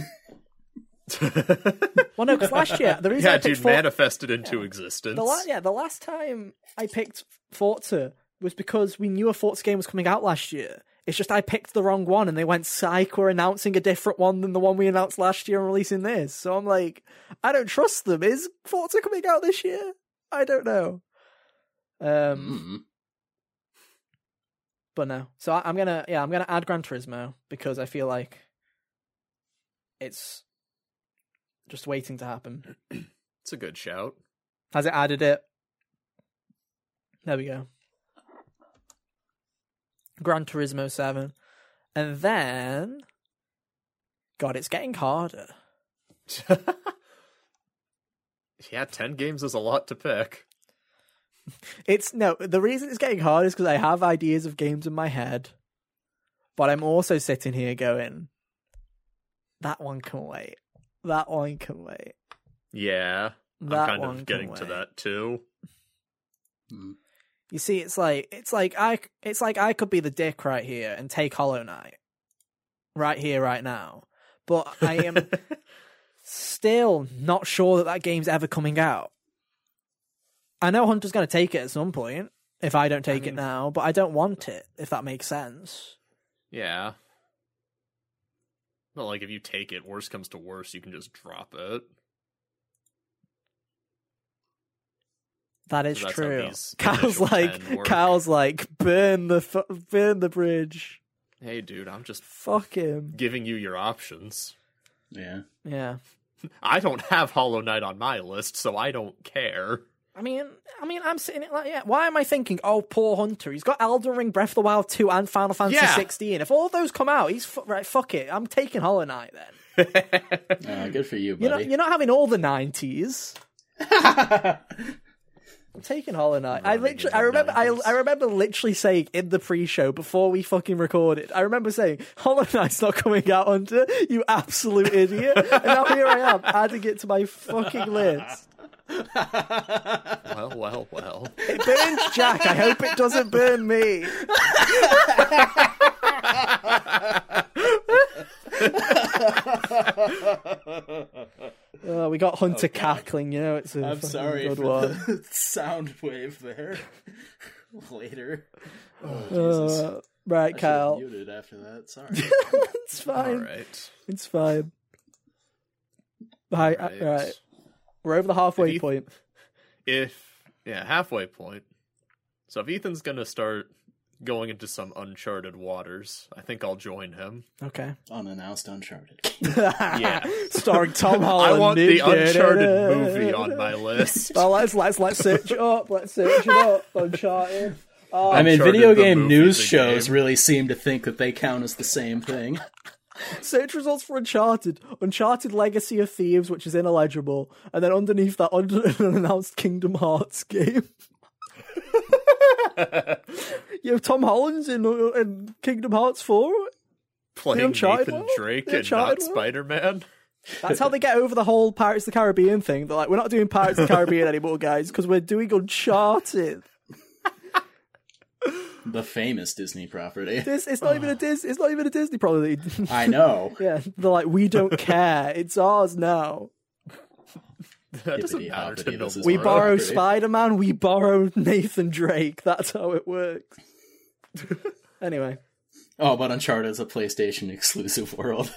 Well, no, because last year the reason I
yeah
picked
dude
Forza,
manifested into existence
the la- yeah, the last time I picked Forza was because we knew a Forza game was coming out last year. It's just I picked the wrong one, and they went psych. We're announcing a different one than the one we announced last year and releasing this. So I'm like, I don't trust them. Is Forza coming out this year? I don't know. Um,
Mm.
but no. So I, I'm gonna yeah, I'm gonna add Gran Turismo because I feel like it's just waiting to happen.
it's a good shout
Has it added it? There we go. Gran Turismo 7. And then. God, it's getting harder.
yeah 10 games is a lot to pick
It's. No, the reason it's getting harder is because I have ideas of games in my head. But I'm also sitting here going, that one can wait. That one can wait.
Yeah,
That
I'm kind
one
of
can
getting to
wait.
that too.
Mm.
You see, it's like it's like I it's like I could be the dick right here and take Hollow Knight, right here, right now. But I am still not sure that that game's ever coming out. I know Hunter's going to take it at some point if I don't take
mean-
it now, but I don't want it. If that makes sense.
yeah. Not like if you take it, worse comes to worse, you can just drop it.
That is
So that's how
true.
these
Cal's
initial
like,
10 work.
Cal's like, burn the fu- burn the bridge.
Hey, dude, I'm just
Fuck him.
giving you your options.
Yeah.
Yeah.
I don't have Hollow Knight on my list, so I don't care.
I mean, I mean, I'm sitting it like, yeah. Why am I thinking, oh, poor Hunter? He's got Elden Ring, Breath of the Wild two, and Final Fantasy
Yeah.
sixteen. If all those come out, he's fu- right. Fuck it. I'm taking Hollow Knight then.
Uh, good for you,
You're not,
buddy.
you're not having all the nineties. I'm taking Hollow Knight. I
Running
literally,
into
I remember, I,
90s.
I remember literally saying in the pre-show before we fucking recorded. I remember saying Hollow Knight's not coming out under you absolute idiot. and now here I am adding it to my fucking list.
well, well, well.
It burns Jack. I hope it doesn't burn me. Oh, we got Hunter cackling. You know, it's a
I'm
fucking
sorry
good
for
one.
the sound wave there. Later. Oh, Jesus.
Uh, right,
I should've
Kyle.
Muted after that. Sorry.
It's fine.
All right.
It's fine. Hi, uh, right.
Right.
We're over the halfway
If you-
point.
If yeah, halfway point. So if Ethan's gonna start going into some uncharted waters, I think I'll join him.
Okay.
Unannounced, uncharted.
yeah. Starring Tom Holland.
I want the Uncharted movie on my list.
Well, let's let's let's search it up. Let's search it up. Uncharted.
I mean,
Uncharted
video
the
game
movie,
news
the
shows
game.
really seem to think that they count as the same thing.
Search results for Uncharted. Uncharted Legacy of Thieves, which is ineligible, and then underneath that, under an unannounced Kingdom Hearts game. you have Tom Holland's in, uh, in Kingdom Hearts Four.
Playing
Uncharted
Nathan
world?
Drake
The
and
Uncharted
not
world?
Spider Man.
That's how they get over the whole Pirates of the Caribbean thing. They're like, we're not doing Pirates of the Caribbean anymore, guys, because we're doing Uncharted.
The famous Disney property.
This it's not even a Dis. It's not even a Disney probably.
I know.
yeah, they're like, we don't care. It's ours now.
That doesn't
Hippity
matter to
hoppity,
no
this is
We
Alright.
borrow
Okay.
Spider Man. We borrow Nathan Drake. That's how it works. anyway,
Oh, but Uncharted is a PlayStation exclusive world.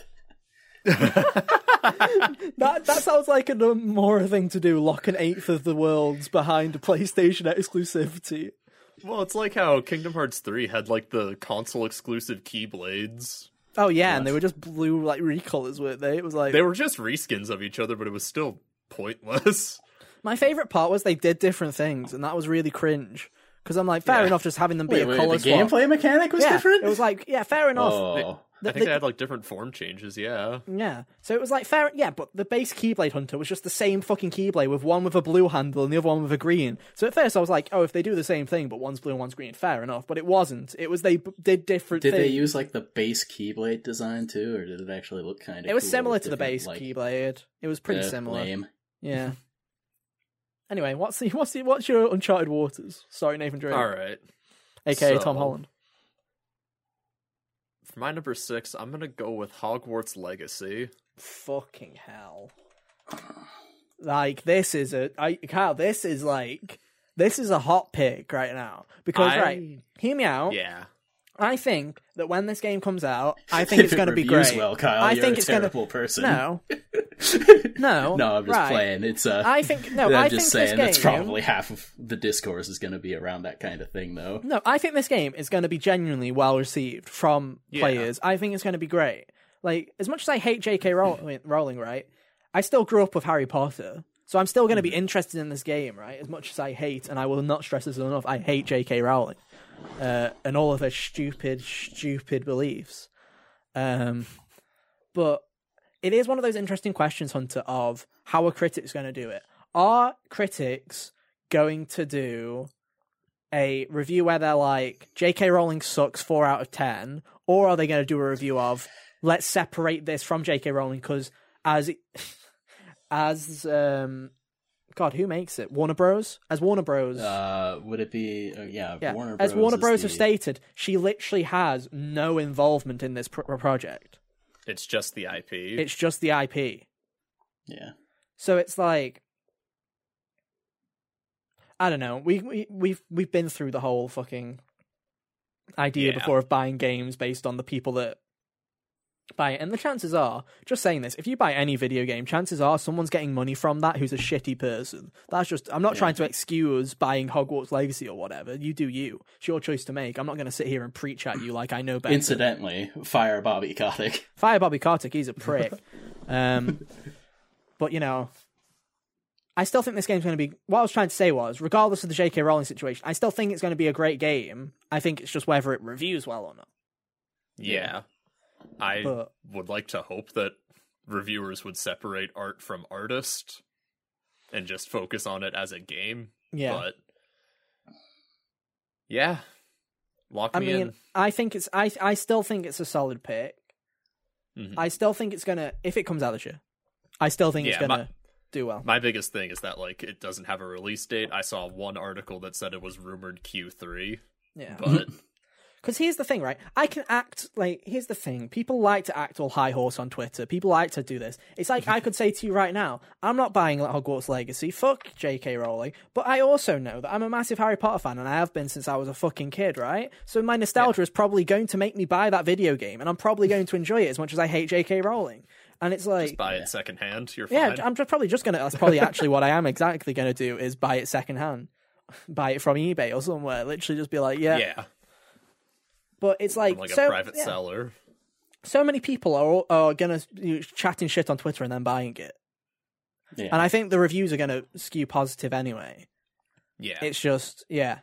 that that sounds like a more thing to do. Lock an eighth of the worlds behind a PlayStation exclusivity.
Well, it's like how Kingdom Hearts 3 had like the console exclusive keyblades.
Oh yeah, and they were just blue like recolors, weren't they? It was like
They were just reskins of each other, but it was still pointless.
My favorite part was they did different things, and that was really cringe. Because I'm like, fair
Yeah.
enough, just having them be
Wait,
a
wait,
color
the gameplay mechanic was
yeah,
different.
It was like, yeah, fair enough.
oh,
I
The-
think
the-
they had like different form changes, yeah.
yeah, so it was like fair. Yeah, but the base Keyblade Hunter was just the same fucking Keyblade with one with a blue handle and the other one with a green. So at first I was like, oh, if they do the same thing but one's blue and one's green, fair enough. But it wasn't. It was they b- did different
did
things.
they use like the base Keyblade design too, or did it actually look kind of?
it was
cool
similar
with
to the
different,
base
like,
Keyblade. It was pretty
uh,
similar.
Lame.
Yeah. anyway, what's the what's the what's your Uncharted Waters? Sorry, Nathan Drake,
All right.
aka
so-
Tom Holland.
For my number six, I'm gonna go with Hogwarts Legacy.
fucking hell. Like this is a I Kyle, this is like this is a hot pick right now. Because
I-
right, hear me out.
Yeah.
I think that when this game comes out, I think it's
If it
gonna be
reviews
great.
Well, Kyle,
I
you're
think
a
it's gonna-
terrible person.
No. no.
no, I'm just
right.
playing. It's uh,
I think no,
I'm
I
just
think
saying
this
that's
game
probably half of the discourse is going to be around that kind of thing, though.
No, I think this game is going to be genuinely well received from
Yeah.
players. I think it's going to be great. Like as much as I hate J.K. Rowling, Rowling, right? I still grew up with Harry Potter, so I'm still going to be interested in this game, right? As much as I hate, and I will not stress this enough, I hate J.K. Rowling uh, and all of her stupid, stupid beliefs. Um, but it is one of those interesting questions, Hunter, of how are critics going to do it? Are critics going to do a review where they're like, J.K. Rowling sucks, four out of ten, or are they going to do a review of, let's separate this from J.K. Rowling because as as um, God, who makes it? Warner Bros. As Warner Bros.
Uh, would it be uh, yeah,
yeah,
Warner
as Warner
is
Bros.
the-
have stated, she literally has no involvement in this pro- project.
It's just the IP.
It's just the IP.
Yeah,
So it's like I don't know. We we we've we've been through the whole fucking idea
Yeah.
before of buying games based on the people that buy it. And the chances are, just saying this, if you buy any video game, chances are someone's getting money from that who's a shitty person. That's just I'm not
Yeah.
trying to excuse buying Hogwarts Legacy or whatever. You do you. It's your choice to make. I'm not going to sit here and preach at you like I know better.
incidentally, fire Bobby Kotick.
Fire Bobby Kotick, he's a prick. um, but you know, I still think this game's going to be. What I was trying to say was, regardless of the J.K. Rowling situation, I still think it's going to be a great game. I think it's just whether it reviews well or not.
yeah. I
But-
would like to hope that reviewers would separate art from artist and just focus on it as a game.
Yeah,
But yeah. Lock
I
me
mean,
in.
I think it's. I I still think it's a solid pick.
Mhm.
I still think it's gonna. If it comes out this year, I still think it's
Yeah, my-
gonna do well.
My biggest thing is that like it doesn't have a release date. I saw one article that said it was rumored Q3,
Yeah.
but
Because here's the thing, right? I can act like here's the thing. People like to act all high horse on Twitter. People like to do this. It's like I could say to you right now, I'm not buying Hogwarts Legacy. Fuck J.K. Rowling. But I also know that I'm a massive Harry Potter fan, and I have been since I was a fucking kid, right? So my nostalgia is probably going to make me buy that video game, and I'm probably going to enjoy it as much as I hate J.K. Rowling. And it's like,
buy it secondhand. You're
yeah,
fine.
I'm just probably just gonna. That's probably actually what I am exactly gonna do is buy it secondhand, buy it from eBay or somewhere. Literally, just be like, yeah.
yeah,
But it's like,
like
so,
a private
yeah.
seller.
so many people are are gonna you know, chatting shit on Twitter and then buying it,
Yeah,
and I think the reviews are gonna skew positive anyway.
Yeah,
It's just yeah,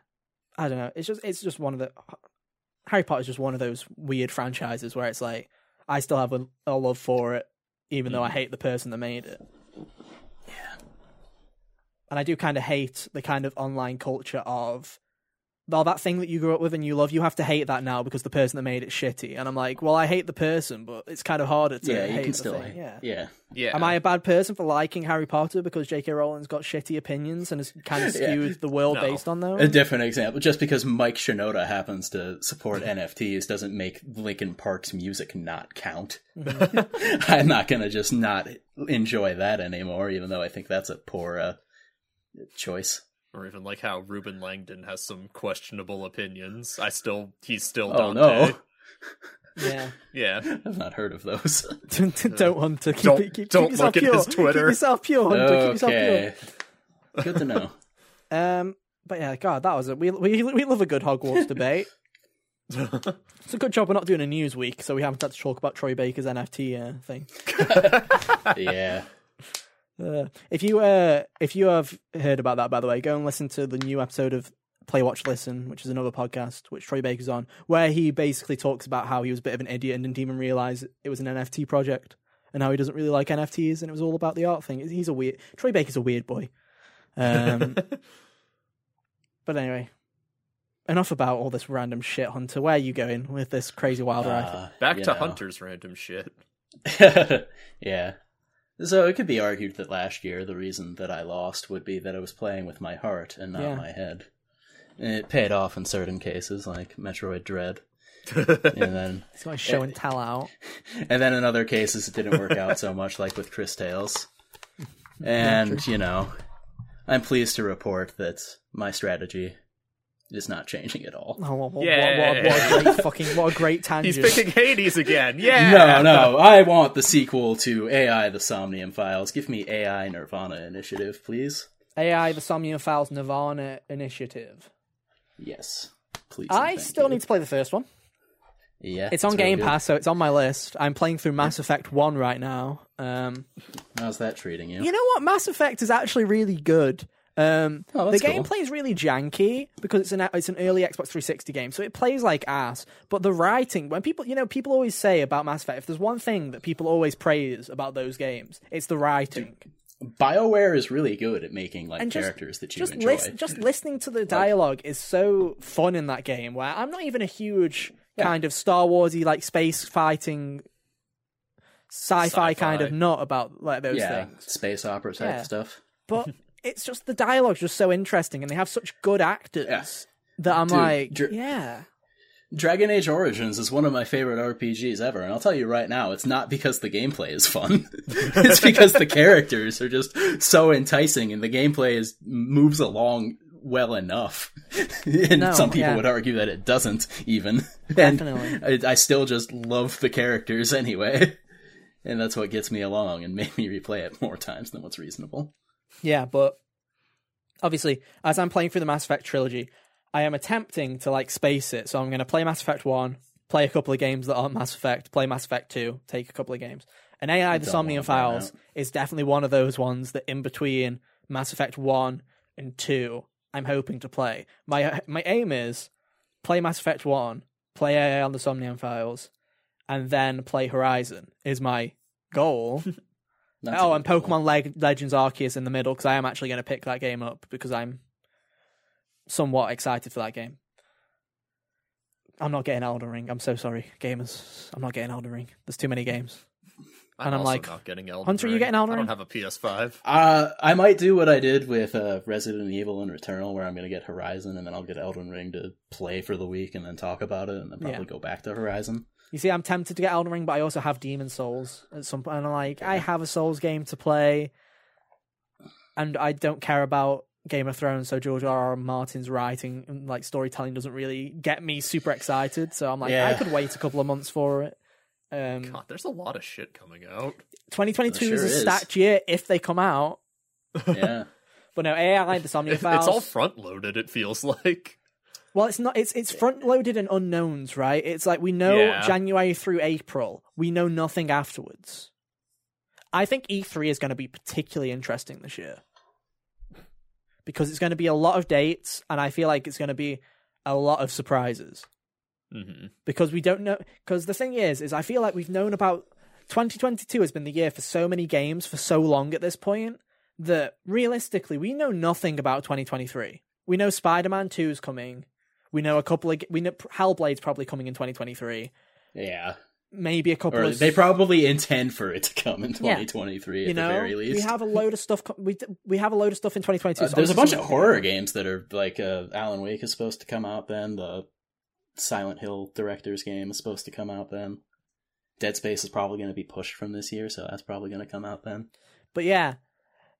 I don't know. It's just it's just one of the Harry Potter is just one of those weird franchises where it's like I still have a, a love for it, even
Mm.
though I hate the person that made it. Yeah, and I do kind of hate the kind of online culture of. Well, that thing that you grew up with and you love, you have to hate that now because the person that made it shitty. And I'm like, well, I hate the person, but it's kind of harder to
yeah,
hate
you can
the
still,
thing. Yeah.
yeah,
yeah.
Am I a bad person for liking Harry Potter because J.K. Rowling's got shitty opinions and has kind of
Yeah.
skewed the world
No.
based on those?
A different example, just because Mike Shinoda happens to support NFTs doesn't make Linkin Park's music not count. I'm not gonna just not enjoy that anymore, even though I think that's a poor uh, choice.
or even like how Ruben Langdon has some questionable opinions. I still, he's still.
Oh
Dante.
no,
Yeah.
Yeah,
I've not heard of those.
don't Hunter. Keep,
Don't-
it, keep,
don't
keep yourself
look at
pure.
his
Keep
Twitter.
yourself pure, Hunter. Keep yourself pure.
okay, good to know.
Um, but yeah, God, that was it. We, we, we love a good Hogwarts debate. It's a good job we're not doing a news week, so we haven't had to talk about Troy Baker's NFT uh, thing.
yeah,
Uh, if you uh, if you have heard about that, by the way, go and listen to the new episode of Play Watch Listen, which is another podcast which Troy Baker's on, where he basically talks about how he was a bit of an idiot and didn't even realize it was an NFT project, and how he doesn't really like NFTs, and it was all about the art thing. He's a weird Troy Baker's a weird boy. Um, but anyway, enough about all this random shit, Hunter. Where are you going with this crazy wild rifle?
Uh,
back
you
to
know.
Hunter's random shit.
yeah. So it could be argued that last year the reason that I lost would be that I was playing with my heart and not
Yeah.
my head. And it paid off in certain cases, like Metroid Dread. and then
It's got a show and tell out.
and then in other cases it didn't work out so much, like with Chris Tales. And, you know, I'm pleased to report that my strategy is not changing at all.
Oh, what, what,
Yeah.
what, what a great fucking what a great tangent!
He's picking Hades again. Yeah.
No, no, I want the sequel to AI the Somnium Files. Give me AI Nirvana Initiative, please.
AI the Somnium Files Nirvana Initiative.
Yes, please. and
I
thank
still
you.
need to play the first one.
Yeah,
It's on
really
Game
good.
Pass, so it's on my list. I'm playing through Mass Effect 1 right now. Um,
How's that treating you?
you know what? Mass Effect is actually really good. Um,
Oh,
the
that's cool.
gameplay is really janky because it's an it's an early Xbox 360 game, so it plays like ass. But the writing, when people you know people always say about Mass Effect, if there's one thing that people always praise about those games, it's the writing.
Bioware is really good at making like
And just-
characters that you
just
enjoy.
lis- just listening to the dialogue is so fun in that game. Where I'm not even a huge kind of Star Warsy like space fighting sci-fi, kind
Sci-fi.
of nut about like those
yeah,
things.
space opera type
Yeah.
stuff.
But it's just the dialogue's just so interesting, and they have such good actors
Yeah.
that I'm
Dude,
like,
Dr-
yeah,
Dragon Age Origins is one of my favorite RPGs ever, and I'll tell you right now, it's not because the gameplay is fun. it's because the characters are just so enticing, and the gameplay is moves along well enough. and
No,
some people
yeah.
would argue that it doesn't even. And
Definitely.
I, I still just love the characters anyway, and that's what gets me along and made me replay it more times than what's reasonable.
yeah. But obviously, as I'm playing through the Mass Effect trilogy, I am attempting to like space it. So I'm going to play Mass Effect One, play a couple of games that aren't Mass Effect, play Mass Effect Two, take a couple of games. And AI the
don't
Somnium
wanna burn
Files is definitely one of those ones that in between Mass Effect One and Two, I'm hoping to play. My my aim is play Mass Effect One, play AI on the Somnium Files, and then play Horizon is my goal.
That's
oh,
a
and
good goal.
Pokemon Leg- Legends Arceus in the middle because I am actually going to pick that game up because I'm somewhat excited for that game. I'm not getting Elden Ring. I'm so sorry, gamers. I'm not getting Elden Ring. There's too many games.
I'm,
And I'm
also
like,
not getting Elden
Hunter, you
Ring.
getting Elden
I
Ring?
don't have a PS5.
Uh, I might do what I did with uh, Resident Evil and Returnal, where I'm going to get Horizon and then I'll get Elden Ring to play for the week and then talk about it and then probably
Yeah.
go back to Horizon.
You see, I'm tempted to get Elden Ring, but I also have Demon Souls at some point. And I'm like, I have a Souls game to play, and I don't care about Game of Thrones. So George R. R. Martin's writing and like storytelling doesn't really get me super excited. So I'm like, I
Yeah.
could wait a couple of months for it. Um,
God, there's a lot of shit coming out.
2022
There
is a
sure is.
stacked year if they come out.
Yeah,
But no, AI, the Somnia
It-
Files.
it's all front loaded. It feels like
Well, it's not. It's it's front loaded and unknowns, right? It's like we know
Yeah.
January through April. We know nothing afterwards. I think E3 is going to be particularly interesting this year because it's going to be a lot of dates, and I feel like it's going to be a lot of surprises
Mhm.
because we don't know. Because the thing is, is I feel like we've known about 2022 has been the year for so many games for so long at this point that realistically we know nothing about 2023. We know Spider-Man 2 is coming. We know a couple of we know Hellblade's probably coming in 2023.
yeah.
Maybe a couple
Or
of
they probably intend for it to come in
Yeah.
2023 at
you know
the very least.
we have a load of stuff. co- We d- we have a load of stuff in 2022.
Uh,
so
there's a bunch
obviously
of
some-
horror games that are like uh, Alan Wake is supposed to come out then. The Silent Hill director's game is supposed to come out then. Dead Space is probably going to be pushed from this year, so that's probably going to come out then.
But yeah,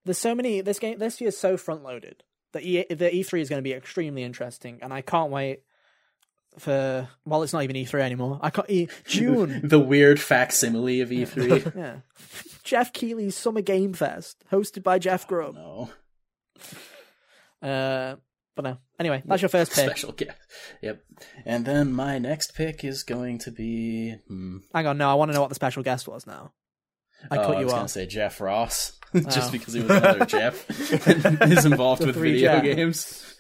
there's so many. This game this year's so front loaded that e, the E3 is going to be extremely interesting, and I can't wait for. Well, it's not even E3 anymore. I can't. E, June.
the weird facsimile of E E3.
yeah. Jeff Keighley's Summer Game Fest, hosted by Jeff Grubb.
no.
Uh, but no. Anyway, that's your first pick.
Special guest. Yep. And then my next pick is going to be. Hmm.
Hang on, no, I want to know what the special guest was now. I
oh,
cut
I
you
was going
off.
to say Jeff Ross, just
Oh.
because he was another Jeff and is involved
The
with
three
video
Jeffs.
games.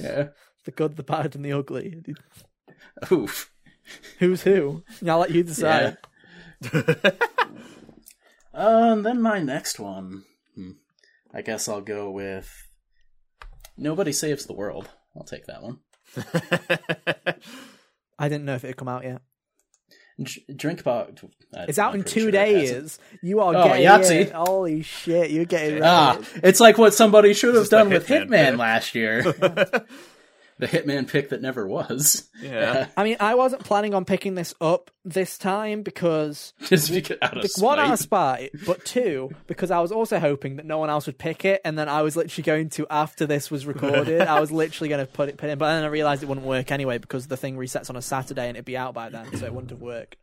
Yeah.
The good, the bad, and the ugly.
Oof.
Who's who? I'll let you decide.
Um. Then my next one. Hmm. I guess I'll go with. Nobody saves the world. I'll take that one.
I didn't know if it had come out yet.
Dr- drink uh, about.
It's out in two days. You are
Oh,
getting
Yahtzee.
it. Holy shit, you're getting
Ah,
it.
it's like what somebody should have
is the
done with
Hitman
Hitman
pick.
last year. the Hitman pick that never was.
yeah,
I mean, I wasn't planning on picking this up this time because
Just because out of
like,
spite.
one out of spite, but two because I was also hoping that no one else would pick it, and then I was literally going to after this was recorded, I was literally going to put it put in, but then I realized it wouldn't work anyway because the thing resets on a Saturday and it'd be out by then, so it wouldn't have worked.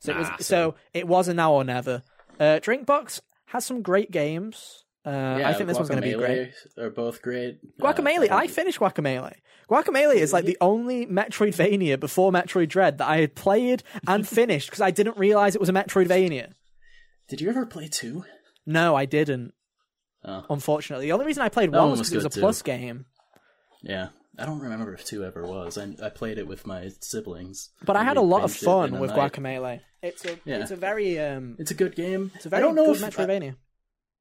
So it was
Nah,
so it was a now or never. Uh, Drinkbox has some great games. Uh, I think this one's going to be
Guacamelee
great.
Are both great.
Guacamole,
Uh,
I finished Guacamole. Guacamole is like the only Metroidvania before Metroid Dread that I had played and finished because I didn't realize it was a Metroidvania.
Did you ever play two?
No, I didn't.
Oh.
Unfortunately, the only reason I played
That
one
one
was
was
because it was a
good too.
plus game.
Yeah, I don't remember if two ever was. I I played it with my siblings,
But I
And
had a
we
lot of
binged it in
fun
a
with
night.
Guacamole. It's a
Yeah.
it's a very um
It's a good game.
it's a very
I don't know
good
if
Metroidvania.
I,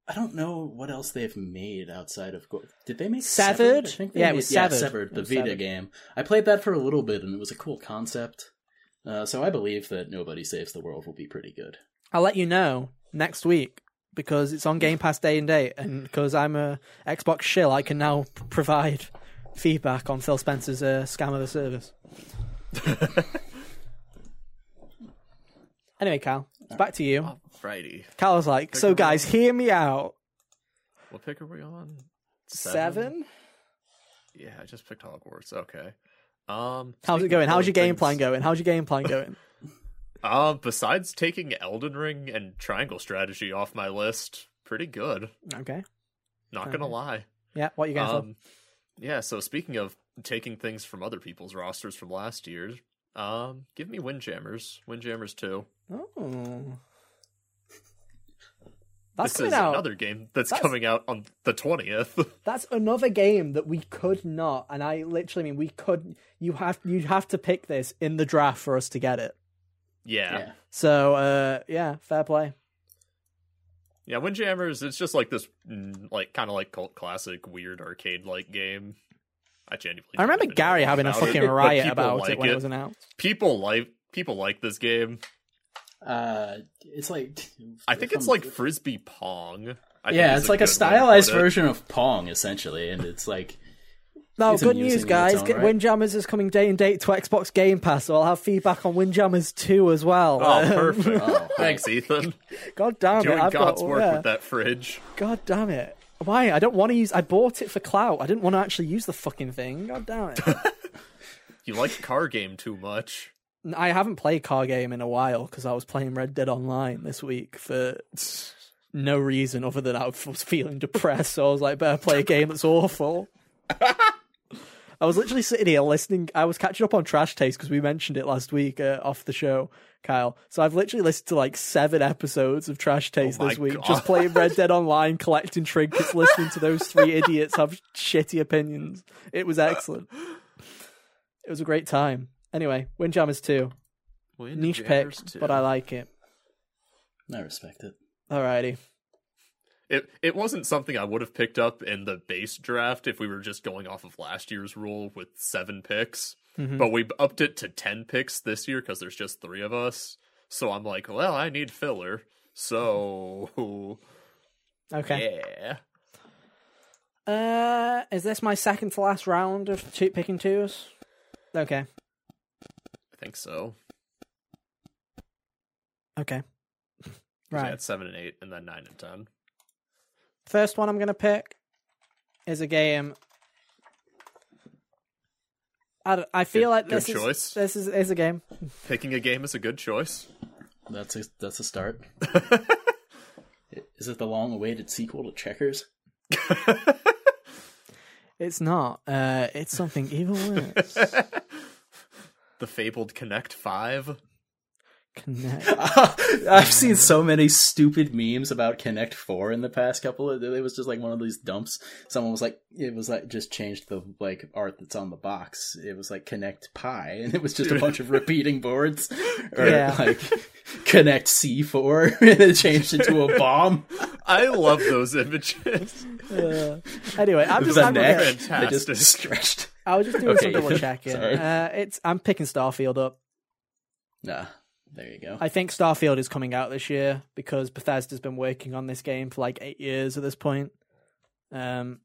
I don't know what else they've made outside of. Gu- Did they make
Severed?
I think they
Yeah, it
made-
was
yeah,
Severed.
Severed,
It
the
was
Vita
Severed.
game. I played that for a little bit, and it was a cool concept. Uh, so I believe that Nobody Saves the World will be pretty good.
I'll let you know next week because it's on Game Pass day and date, and because I'm a Xbox shill, I can now p- provide feedback on Phil Spencer's uh, scam of the service. anyway, Cal, it's back to you.
Friday.
Cal was like, "So guys, hear me out.
What pick are we on?
Seven.
Yeah, I just picked Hogwarts. Okay. Um,
How's it
speaking
going?
of
How's your game
things-
plan going? How's your game plan going?
Uh, besides taking Elden Ring and Triangle Strategy off my list, pretty good.
okay.
Not gonna
Okay.
lie.
Yeah. What are you going
Um, yeah. So speaking of taking things from other people's rosters from last year, um, give me Windjammers. Windjammers two.
for? Oh. That's
this
coming
is
out.
another game that's,
That's-
coming out on the twentieth.
That's another game that we could not, and I literally mean we could. You have you have to pick this in the draft for us to get it.
yeah.
Yeah.
So uh, yeah, fair play.
Yeah, Windjammers, it's just like this, mm, like kind of like cult classic, weird arcade like game. I genuinely.
I remember
don't even know
Gary
much
having a
about it,
fucking
but
riot
people
about
like
it when it was announced.
People like people like this game.
Uh, it's like
I think it's like frisbee pong. I think
yeah,
is
it's like
good way
a
to
stylized
put it.
version of Pong, essentially, and it's like
No,
It's
good
amusing in
news,
its
guys.
own
Get
right.
Windjammers is coming day and date to Xbox Game Pass, so I'll have feedback on Windjammers 2 as well.
Oh,
Um,
perfect!
oh,
Thanks, Ethan.
God damn
Doing
it. I've
God's
got,
work
yeah.
with that fridge.
God damn it. Why? I don't want to use. I bought it for clout. I didn't want to actually use the fucking thing. God damn it.
You like car game too much.
I haven't played car game in a while because I was playing Red Dead Online this week for no reason other than I was feeling depressed. So I was like, better play a game that's awful. I was literally sitting here listening. I was catching up on Trash Taste because we mentioned it last week uh, off the show, Kyle. So I've literally listened to like seven episodes of Trash Taste
Oh my
this week,
God.
just playing Red Dead Online, collecting trinkets, listening to those three idiots have shitty opinions. It was excellent. It was a great time. Anyway, Windjammers 2 niche pick,
Windjammers
but I like it.
I respect it.
Alrighty.
It it wasn't something I would have picked up in the base draft if we were just going off of last year's rule with seven picks.
Mm-hmm.
But we upped it to ten picks this year because there's just three of us. So I'm like, well, I need filler. So
Okay.
yeah,
Uh, is this my second to last round of two, picking twos? Okay.
I think so.
Okay.
'Cause I
Right.
had seven and eight, and then nine and ten.
First one I'm gonna pick is a game. I, don't- I feel
Good-
like
good
this is
choice.
this is, is a game.
Picking a game is a good choice.
That's a that's a start. Is it the long-awaited sequel to Checkers?
It's not. Uh, it's something even worse.
The fabled Connect Five.
Connect.
I've seen so many stupid memes about Connect Four in the past couple. Of, it was just like one of these dumps. Someone was like, it was like just changed the like art that's on the box. It was like Connect Pi, and it was just a bunch of repeating boards, or
Yeah.
like Connect C Four, and it changed into a bomb.
I love those images.
Uh, anyway, I'm just.
the
I'm
neck,
gonna,
okay.
they just
Fantastic.
stretched.
I was just doing
Okay.
some double checking.
Sorry.
Uh, it's. I'm picking Starfield up.
Nah, there you go.
I think Starfield is coming out this year because Bethesda's been working on this game for like eight years at this point. Um,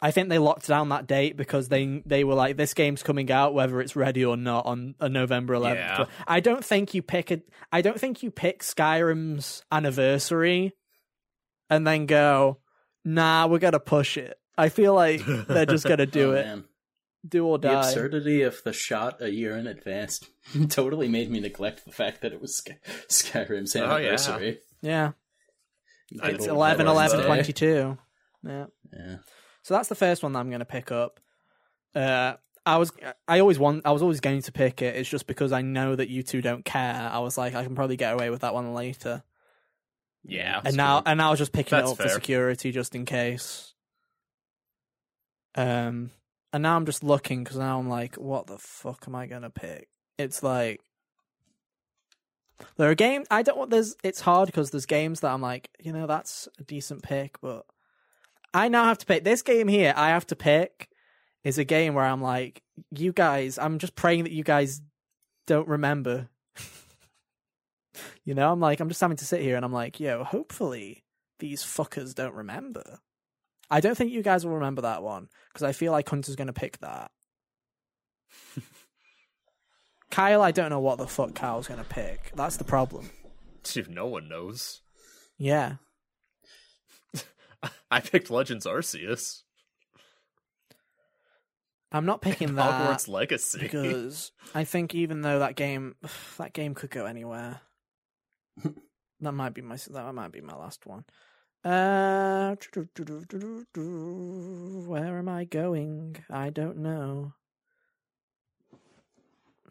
I think they locked down that date because they they were like, this game's coming out whether it's ready or not on, on November 11th.
Yeah.
But I don't think you pick a, I don't think you pick Skyrim's anniversary and then go, nah, we're gonna push it. I feel like they're just gonna do
Oh,
it,
man.
do or
The
die.
absurdity of the shot a year in advance totally made me neglect the fact that it was Sky- Skyrim's
Oh, yeah.
anniversary.
Yeah,
I
it's
know what
11,
that was,
11,
though.
22. Yeah.
Yeah.
So that's the first one that I'm going to pick up. Uh, I was I always want I was always going to pick it. It's just because I know that you two don't care. I was like I can probably get away with that one later.
Yeah,
and now and now I was just picking
That's
it up for
fair.
security just in case. Um, and now I'm just looking because now I'm like, what the fuck am I gonna pick? It's like there are games I don't want. There's it's hard because there's games that I'm like, you know, that's a decent pick, but I now have to pick this game here. I have to pick is a game where I'm like, you guys, I'm just praying that you guys don't remember You know, I'm like, I'm just having to sit here and I'm like, yo, hopefully these fuckers don't remember. I don't think you guys will remember that one because I feel like Hunter's going to pick that. Kyle, I don't know what the fuck Kyle's going to pick. That's the problem.
Dude, no one knows.
Yeah.
I picked Legends Arceus.
I'm not picking that
Hogwarts Legacy.
because I think even though that game that game could go anywhere. that might be my that might be my last one. Uh, where am I going? I don't know.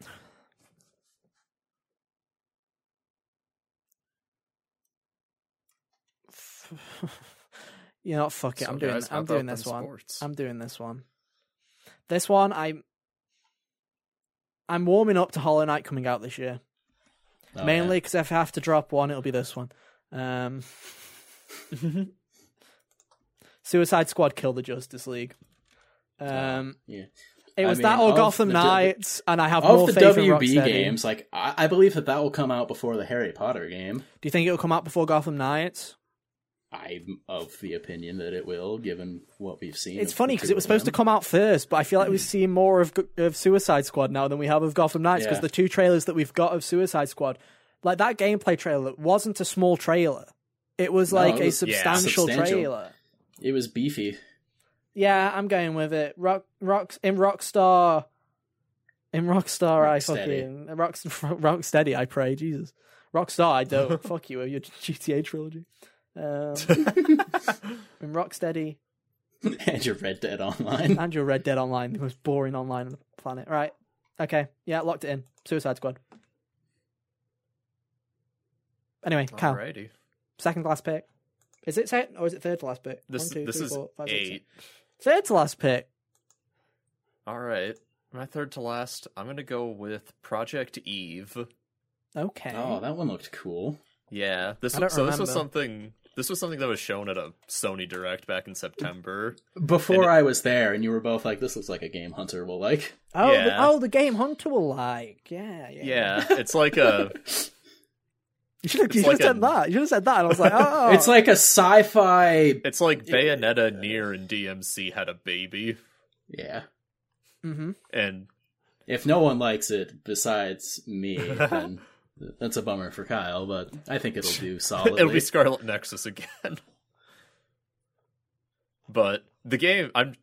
you know, what, fuck it.
So
I'm doing
guys, how
I'm
about
doing this
them
one.
sports?
I'm doing this one. This one, I'm I'm warming up to Hollow Knight coming out this year.
Oh,
Mainly because if I have to drop one, it'll be this one. Um, Suicide Squad kill the Justice League. Um,
yeah.
it
I
was
mean,
that or
of
Gotham
the D-
Knights, and I have more
Of the
faith
WB
in Rocksteady.
games, like I, I believe that that will come out before the Harry Potter game.
Do you think it'll come out before Gotham Knights?
I'm of the opinion that it will, given what we've seen.
It's funny because it was supposed to come out first, but I feel like we're seeing more of, Go- of Suicide Squad now than we have of Gotham Knights because
Yeah.
the two trailers that we've got of Suicide Squad, like that gameplay trailer, wasn't a small trailer. It was
No,
like
it
a
was-
yeah,
substantial,
substantial.
trailer.
It was beefy.
Yeah, I'm going with it. Rock, rocks in Rockstar, in Rockstar, I
Rocksteady.
fucking rock, Rocksteady. I pray, Jesus, Rockstar. I don't fuck you with your GTA trilogy. Um, in Rocksteady,
and your Red Dead Online.
and your Red Dead Online, the most boring online on the planet. Right. Okay. Yeah, locked it in. Suicide Squad. Anyway, Cal,
Alrighty.
second to last pick. Is it second or is it third to last pick?
This
One, two,
this
three,
is
four, five, six,
eight.
seven. Third to last pick.
Alright. My third to last, I'm gonna go with Project Eve.
Okay.
Oh, that one looked cool.
Yeah. This
I
was,
don't
so this was
remember.
something this was something that was shown at a Sony Direct back in September.
Before I was there, and you were both like, "This looks like a game Hunter will like."
Oh, the,
Yeah.
oh, the game Hunter will like. Yeah, yeah.
Yeah. It's like a
You should have, you should
It's like
have said
a-
that. You should have said that. And I was like, oh,
It's like a sci-fi.
it's like Bayonetta Near and DMC had a baby
Yeah.
hmm
and
If no one likes it besides me, then that's a bummer for Kyle. But I think it'll do solidly.
It'll be Scarlet Nexus again. but the game I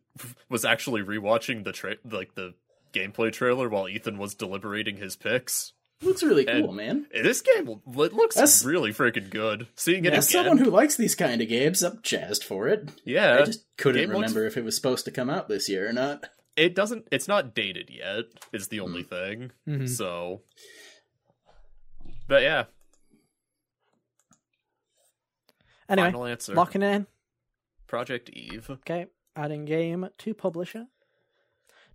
was actually rewatching the tra- like the gameplay trailer while Ethan was deliberating his picks.
looks really cool,
and-
man.
This game it looks
That's-
really freaking good. Seeing it
As
again,
someone who likes these kind of games, I'm jazzed for it.
yeah,
I just couldn't
Uh, game looks-
remember if it was supposed to come out this year or not.
it doesn't. It's not dated yet. Is the
Mm.
only thing.
Mm-hmm.
Mhm.
So, but yeah,
Anyway,
final answer.
locking it in.
Project Eve.
Okay, adding game to publisher.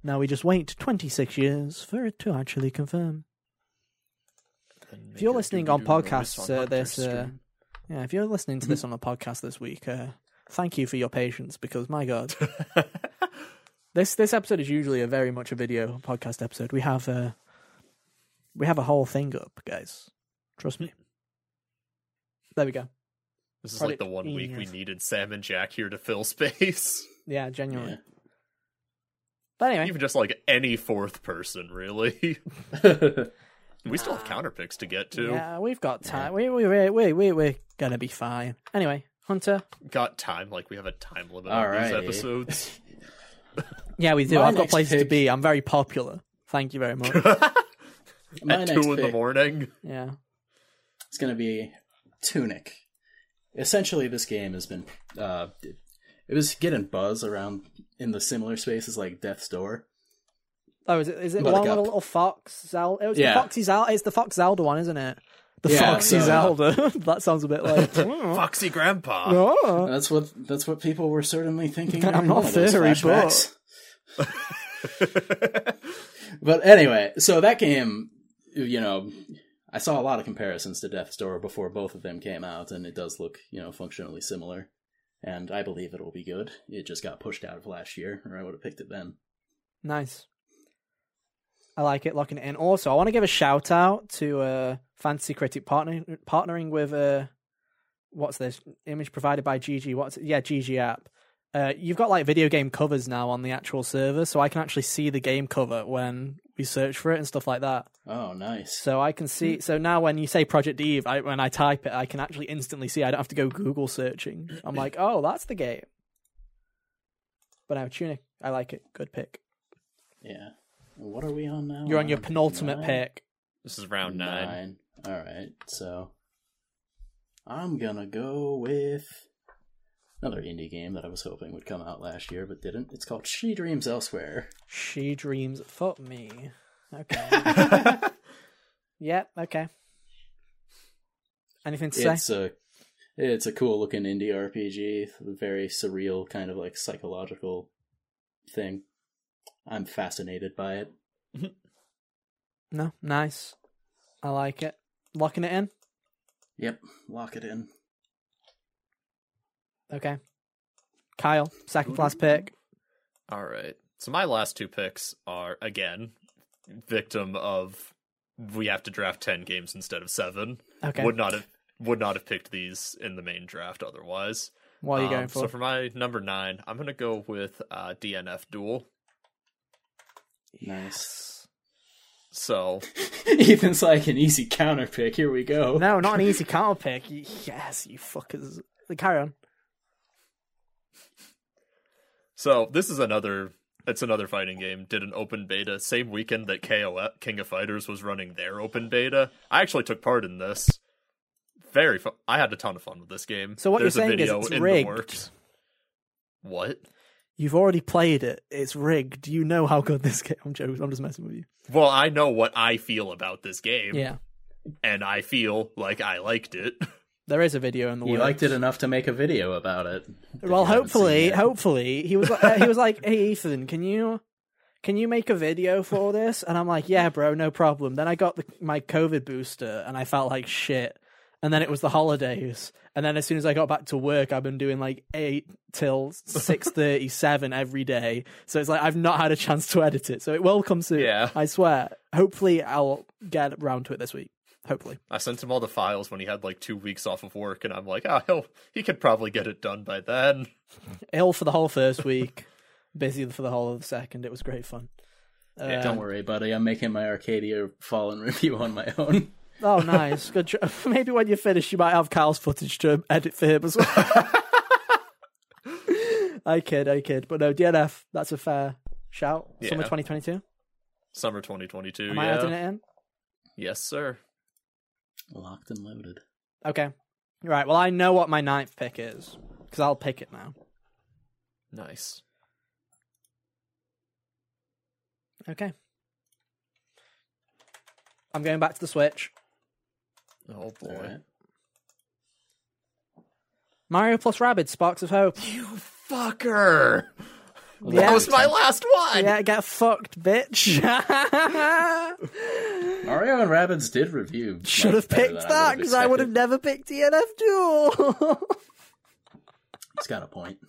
Now we just wait 26 years for it to actually confirm. If you're listening on podcasts, uh, there's uh, yeah. If you're listening to
Mm-hmm.
this on a podcast this week, uh, thank you for your patience because my god, this this episode is usually a very much a video podcast episode. We have uh, we have a whole thing up, guys. Trust me. There we go.
This is
Project
like the one week we
Eve.
needed Sam and Jack here to fill space.
Yeah, genuinely.
Yeah.
But anyway,
Even just like any fourth person, really. we still have counter picks to get to.
yeah, we've got time. We we we we we we're gonna be fine. Anyway, Hunter.
Got time, like we have a time limit on these
Alrighty.
episodes.
Yeah, we do.
My
I've got
next
places to
pick-
be. I'm very popular. Thank you very much.
My
At
next
two in the
pick
morning.
yeah.
is going to be Tunic. Essentially, this game has been uh, it was getting buzz around in the similar spaces like Death's Door.
Oh, is it is it
But
one
like
with a
up.
little fox Zelda? It's
Yeah.
the Foxy Zelda. It's the Fox Zelda one, isn't it? The
Yeah,
Foxy
so-
Zelda. that sounds a bit like.
Foxy Grandpa.
oh.
That's what that's what people were certainly thinking.
I'm
during
not
all of those
furry, but-
flashbacks. But anyway, so that game, you know, I saw a lot of comparisons to Death's Door before both of them came out, and it does look, you know, functionally similar. And I believe it'll be good. It just got pushed out of last year, or I would have picked it then.
Nice. I like it. Locking it in. Also, I want to give a shout out to uh, Fantasy Critic partnering partnering with uh, what's this image provided by GG? What's it? yeah GG app? Uh, you've got like video game covers now on the actual server, so I can actually see the game cover when we search for it and stuff like that.
Oh, nice.
So I can see. So now when you say Project Eve, I, when I type it, I can actually instantly see. I don't have to go Google searching. I'm like, oh, that's the game. But now Tunic, I like it. Good pick.
Yeah. What are we on now?
You're on your
Round
penultimate
nine?
pick.
This is round nine.
Nine. All right. So I'm gonna go with another indie game that I was hoping would come out last year but didn't. It's called She Dreams Elsewhere.
She dreams. Fuck me. Okay. Yep. Okay. Anything to
it's
say?
a it's a cool looking indie RPG, very surreal kind of like psychological thing. I'm fascinated by it.
No. Nice. I like it. Locking it in.
Yep, lock it in.
Okay. Kyle, second to last pick.
All right. So my last two picks are again victim of we have to draft 10 games instead of 7.
Okay.
Would not have would not have picked these in the main draft otherwise.
What are you
Um,
going for?
So for my number 9, I'm going to go with uh DNF Duel.
Nice.
So,
Ethan's like an easy counter pick. Here we go.
No, not an easy counter pick. Y- Yes, you fuckers. Carry on.
so this is another it's another fighting game. Did an open beta same weekend that KOF King of Fighters was running their open beta. I actually took part in this. Very fun. I had a ton of fun with this game.
So what
There's
you're
a
saying is
video
it's
in
rigged.
the works. What?
You've already played it. It's rigged. You know how good this game. I'm joking. I'm just messing with you.
Well, I know what I feel about this game,
Yeah,
and I feel like I liked it.
there is a video in the
You
works.
liked it enough to make a video about it.
Well,
If you haven't seen
hopefully,
it.
hopefully he was. uh, he was like, "Hey, Ethan, can you?" Can you make a video for this? And I'm like, yeah, bro, no problem. Then I got the, my COVID booster and I felt like shit. And then it was the holidays. And then as soon as I got back to work, I've been doing like eight till six thirty seven every day. So it's like I've not had a chance to edit it. So it will come soon.
Yeah.
I swear. Hopefully, I'll get around to it this week. Hopefully.
I sent him all the files when he had like two weeks off of work, and I'm like, oh, he'll, he could probably get it done by then.
ill for the whole first week, busy for the whole of the second. It was great fun.
Yeah,
Don't worry, buddy. I'm making my Arcadia Fallen review on my own.
Oh, nice. Good job. Maybe when you finish, you might have Kyle's footage to edit for him as well. I kid, I kid. But no, DNF, that's a fair shout. Summer
Yeah.
2022.
Summer 2022.
Am I
yeah.
adding it in?
Yes, sir.
Locked and loaded.
Okay. Right. Well, I know what my ninth pick is because I'll pick it now.
Nice.
Okay. I'm going back to the Switch.
Oh boy.
All right.
Mario plus Rabbids, Sparks of Hope.
You fucker!
Yeah.
That was my last one.
Yeah, get fucked, bitch.
Mario and Rabbids did review.
Should
much
have
better
picked
than
that because I would have
expected.
never picked DNF Duel.
It's got a point.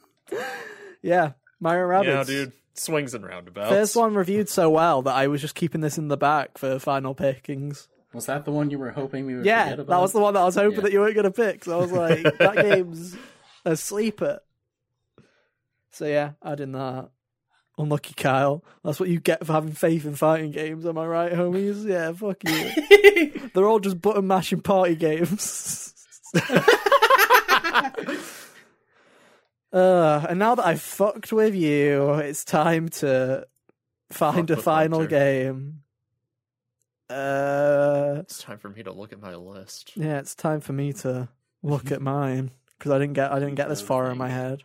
yeah, Mario Rabbids.
Yeah, dude. Swings and roundabouts.
First one reviewed so well that I was just keeping this in the back for final pickings.
Was that the one you were hoping we would
Yeah,
forget
that
about?
was the one that I was hoping
Yeah.
that you weren't going to pick. So I was like, that game's a sleeper. So yeah, adding that. Unlucky Kyle. That's what you get for having faith in fighting games, am I right, homies? Yeah, fuck you. They're all just button mashing party games. Uh, and now that I've fucked with you, it's time to find
Fuck
a
with
final
Hunter.
game. Uh,
It's time for me to look at my list.
yeah, it's time for me to look at mine because I didn't get I didn't get this far in my head.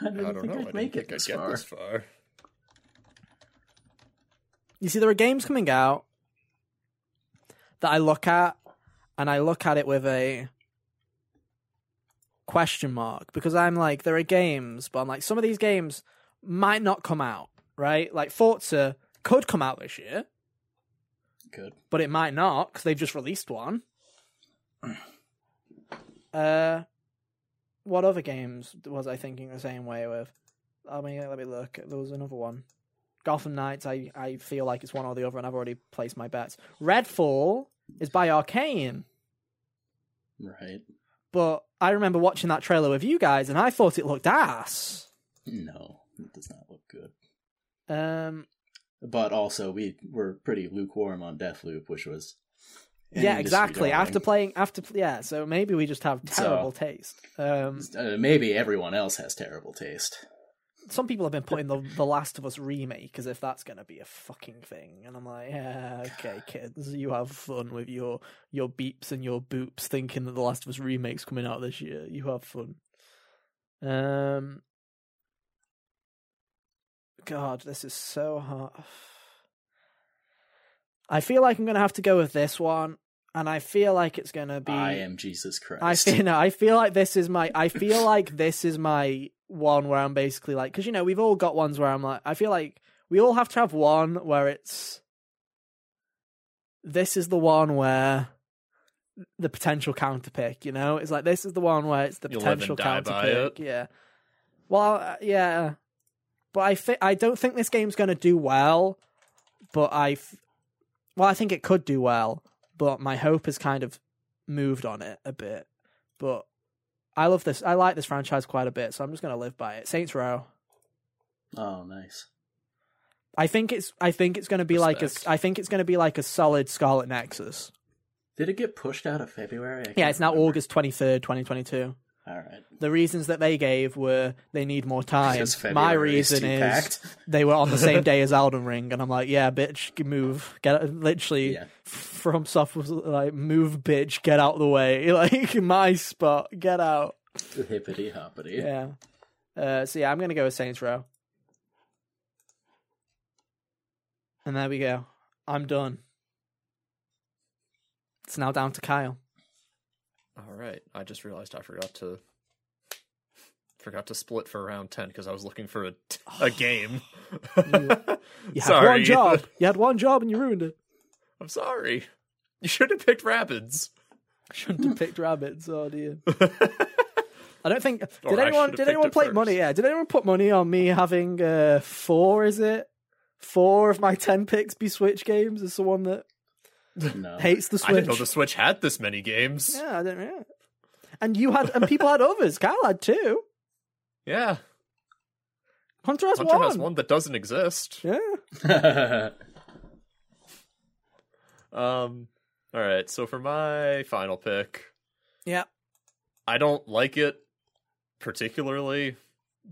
I didn't
I don't
think
know. I
I'd
didn't
make
think
it this
I'd get
far.
this far.
You see, there are games coming out that I look at, and I look at it with a question mark because I'm like, there are games, but I'm like, some of these games might not come out, right? Like Forza could come out this year.
Good.
but it might not because they've just released one. Uh, what other games was I thinking the same way with? I mean, let me look. There was another one, Gotham Knights. I I feel like it's one or the other, and I've already placed my bets. Redfall is by Arcane.
Right.
But I remember watching that trailer with you guys, and I thought it looked ass.
No, it does not look good.
Um,
But also, we were pretty lukewarm on Deathloop, which was an
yeah,
industry
exactly.
darling.
After playing, after yeah, so maybe we just have
So-
terrible taste. Um,
Uh, maybe everyone else has terrible taste.
some people have been putting the the Last of Us remake as if that's going to be a fucking thing, and I'm like, yeah, okay, kids, you have fun with your your beeps and your boops, thinking that the Last of Us remake's coming out this year. You have fun. Um, God, this is so hard. I feel like I'm going to have to go with this one, and I feel like it's going to be.
I am Jesus
I
Christ.
feel, no, I feel like this is my. I feel like this is my one where I'm basically like, because you know we've all got ones where I'm like, I feel like we all have to have one where it's. This is the one where the potential counterpick, you know, it's like this is the one where it's the
You'll live
potential
and die by
counterpick.
it.
Yeah. Well, uh, yeah, but I thi- I don't think this game's going to do well, but I, f- well, I think it could do well, but my hope has kind of moved on it a bit. But I love this. I like this franchise quite a bit, so I'm just going to live by it. Saints Row.
Oh, nice.
I think it's. I think it's going to be like
Respect.
a. I think it's going to be like a solid Scarlet Nexus.
Did it get pushed out of February? I
Yeah,
can't
it's now
remember.
August twenty third, twenty twenty two.
All right.
The reasons that they gave were they need more time.
Because
Uh, My
February
reason
too
is
packed.
they were on the same day as Elden Ring, and I'm like, yeah, bitch, g- move, get out- literally.
Yeah.
From soft was like, move, bitch, get out the way, like my spot, get out.
Hippity hoppity.
Yeah. Uh, so yeah, I'm gonna go with Saints Row. And there we go. I'm done. It's now down to Kyle.
All right. I just realized I forgot to forgot to split for round 10 cuz I was looking for a, a game.
You had
Sorry.
one job. You had one job and you ruined it.
I'm sorry. You should have picked Rapids.
Shouldn't have picked rabbits. Oh dear. I don't think. Did
Or I should
anyone?
have
Did
picked
anyone
it
play
first.
money? Yeah. Did anyone put money on me having uh, four? Is it four of my ten picks be Switch games? Is someone that
No.
hates the Switch?
Um, I didn't know the Switch had this many games. Yeah.
Yeah, I don't know. And you had, and people had others. Kyle had two. Hunter has,
Hunter
one.
has one that doesn't exist.
Yeah.
Um all right. So for my final pick,
Yeah.
I don't like it particularly,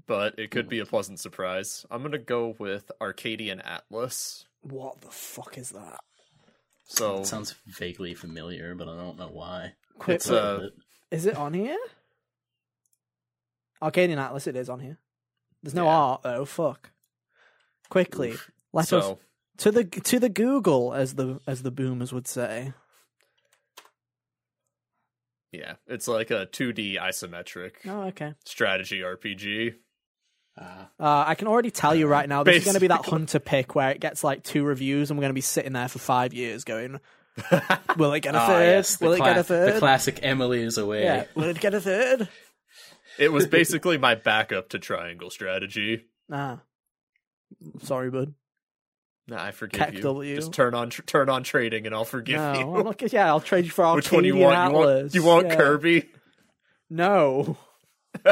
but it could be a pleasant surprise. I'm going to go with Arcadian Atlas.
What the fuck is that?
So
It sounds vaguely familiar, but I don't know why.
Quick,
It's,
look.
uh,
is it on here? Arcadian Atlas, it is on here. There's no
Yeah.
art though. Fuck. Quickly, let us
so
to the to the Google, as the as the boomers would say.
yeah, it's like a 2D isometric
Oh, okay.
strategy RPG.
Ah,
Uh, I can already tell you right now, this is going to be that
Basically.
hunter pick where it gets like two reviews, and we're going to be sitting there for five years going, "Will it get a
Ah,
third?
yes, the
Will it get
cla-
a third?
The classic Emily is away.
Yeah, will it get a third?
It was basically my backup to triangle strategy.
Nah. Sorry, bud.
Nah, I forgive
Tech
you.
W.
Just turn on tr- turn on trading, and I'll forgive
no,
you.
I'm not gonna- yeah, I'll trade you for Arcadian
Which one do you want? You want,
Atlas.
you want
Yeah.
Kirby?
No,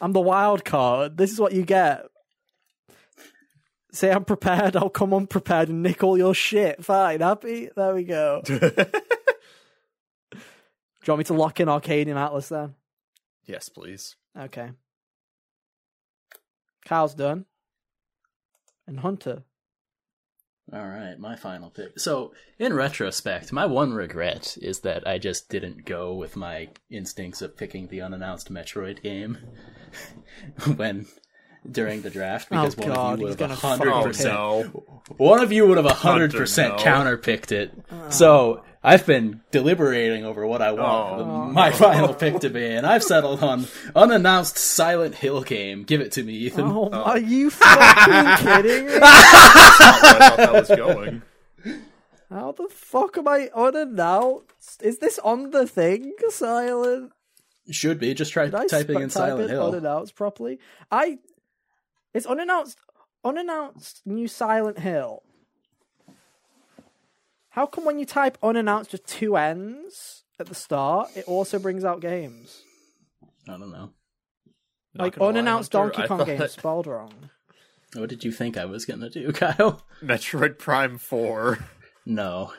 I'm the wild card. This is what you get. Say I'm prepared. I'll come unprepared and nick all your shit. Fine, happy. There we go. Do you want me to lock in Arcadian Atlas then?
yes, please.
Okay. Kyle's done. And Hunter.
All right, my final pick. So, in retrospect, my one regret is that I just didn't go with my instincts of picking the unannounced Metroid game when during the draft
Oh,
because one
God,
of you
he's
would have
gonna
a hundred
Oh
fucking
percent.
no!
One of you would have a hundred percent
Hunter, no.
counterpicked it.
Oh.
So I've been deliberating over what I want
Oh.
the- my final pick to be, and I've settled on unannounced Silent Hill game. Give it to me, Ethan.
Oh, are you fucking kidding me?
I thought that was going.
How the fuck am I unannounced? Is this on the thing? Silent.
Should be. Just try
Did I
typing
sp-
in
type
Silent
it
Hill.
unannounced properly? I. It's unannounced. Unannounced new Silent Hill. How come when you type unannounced with two N's at the start, it also brings out games?
I don't know.
Not
like
gonna lie,
unannounced
Hunter,
Donkey
I
Kong
thought
games spelled wrong.
What did you think I was gonna do, Kyle?
Metroid Prime 4
No.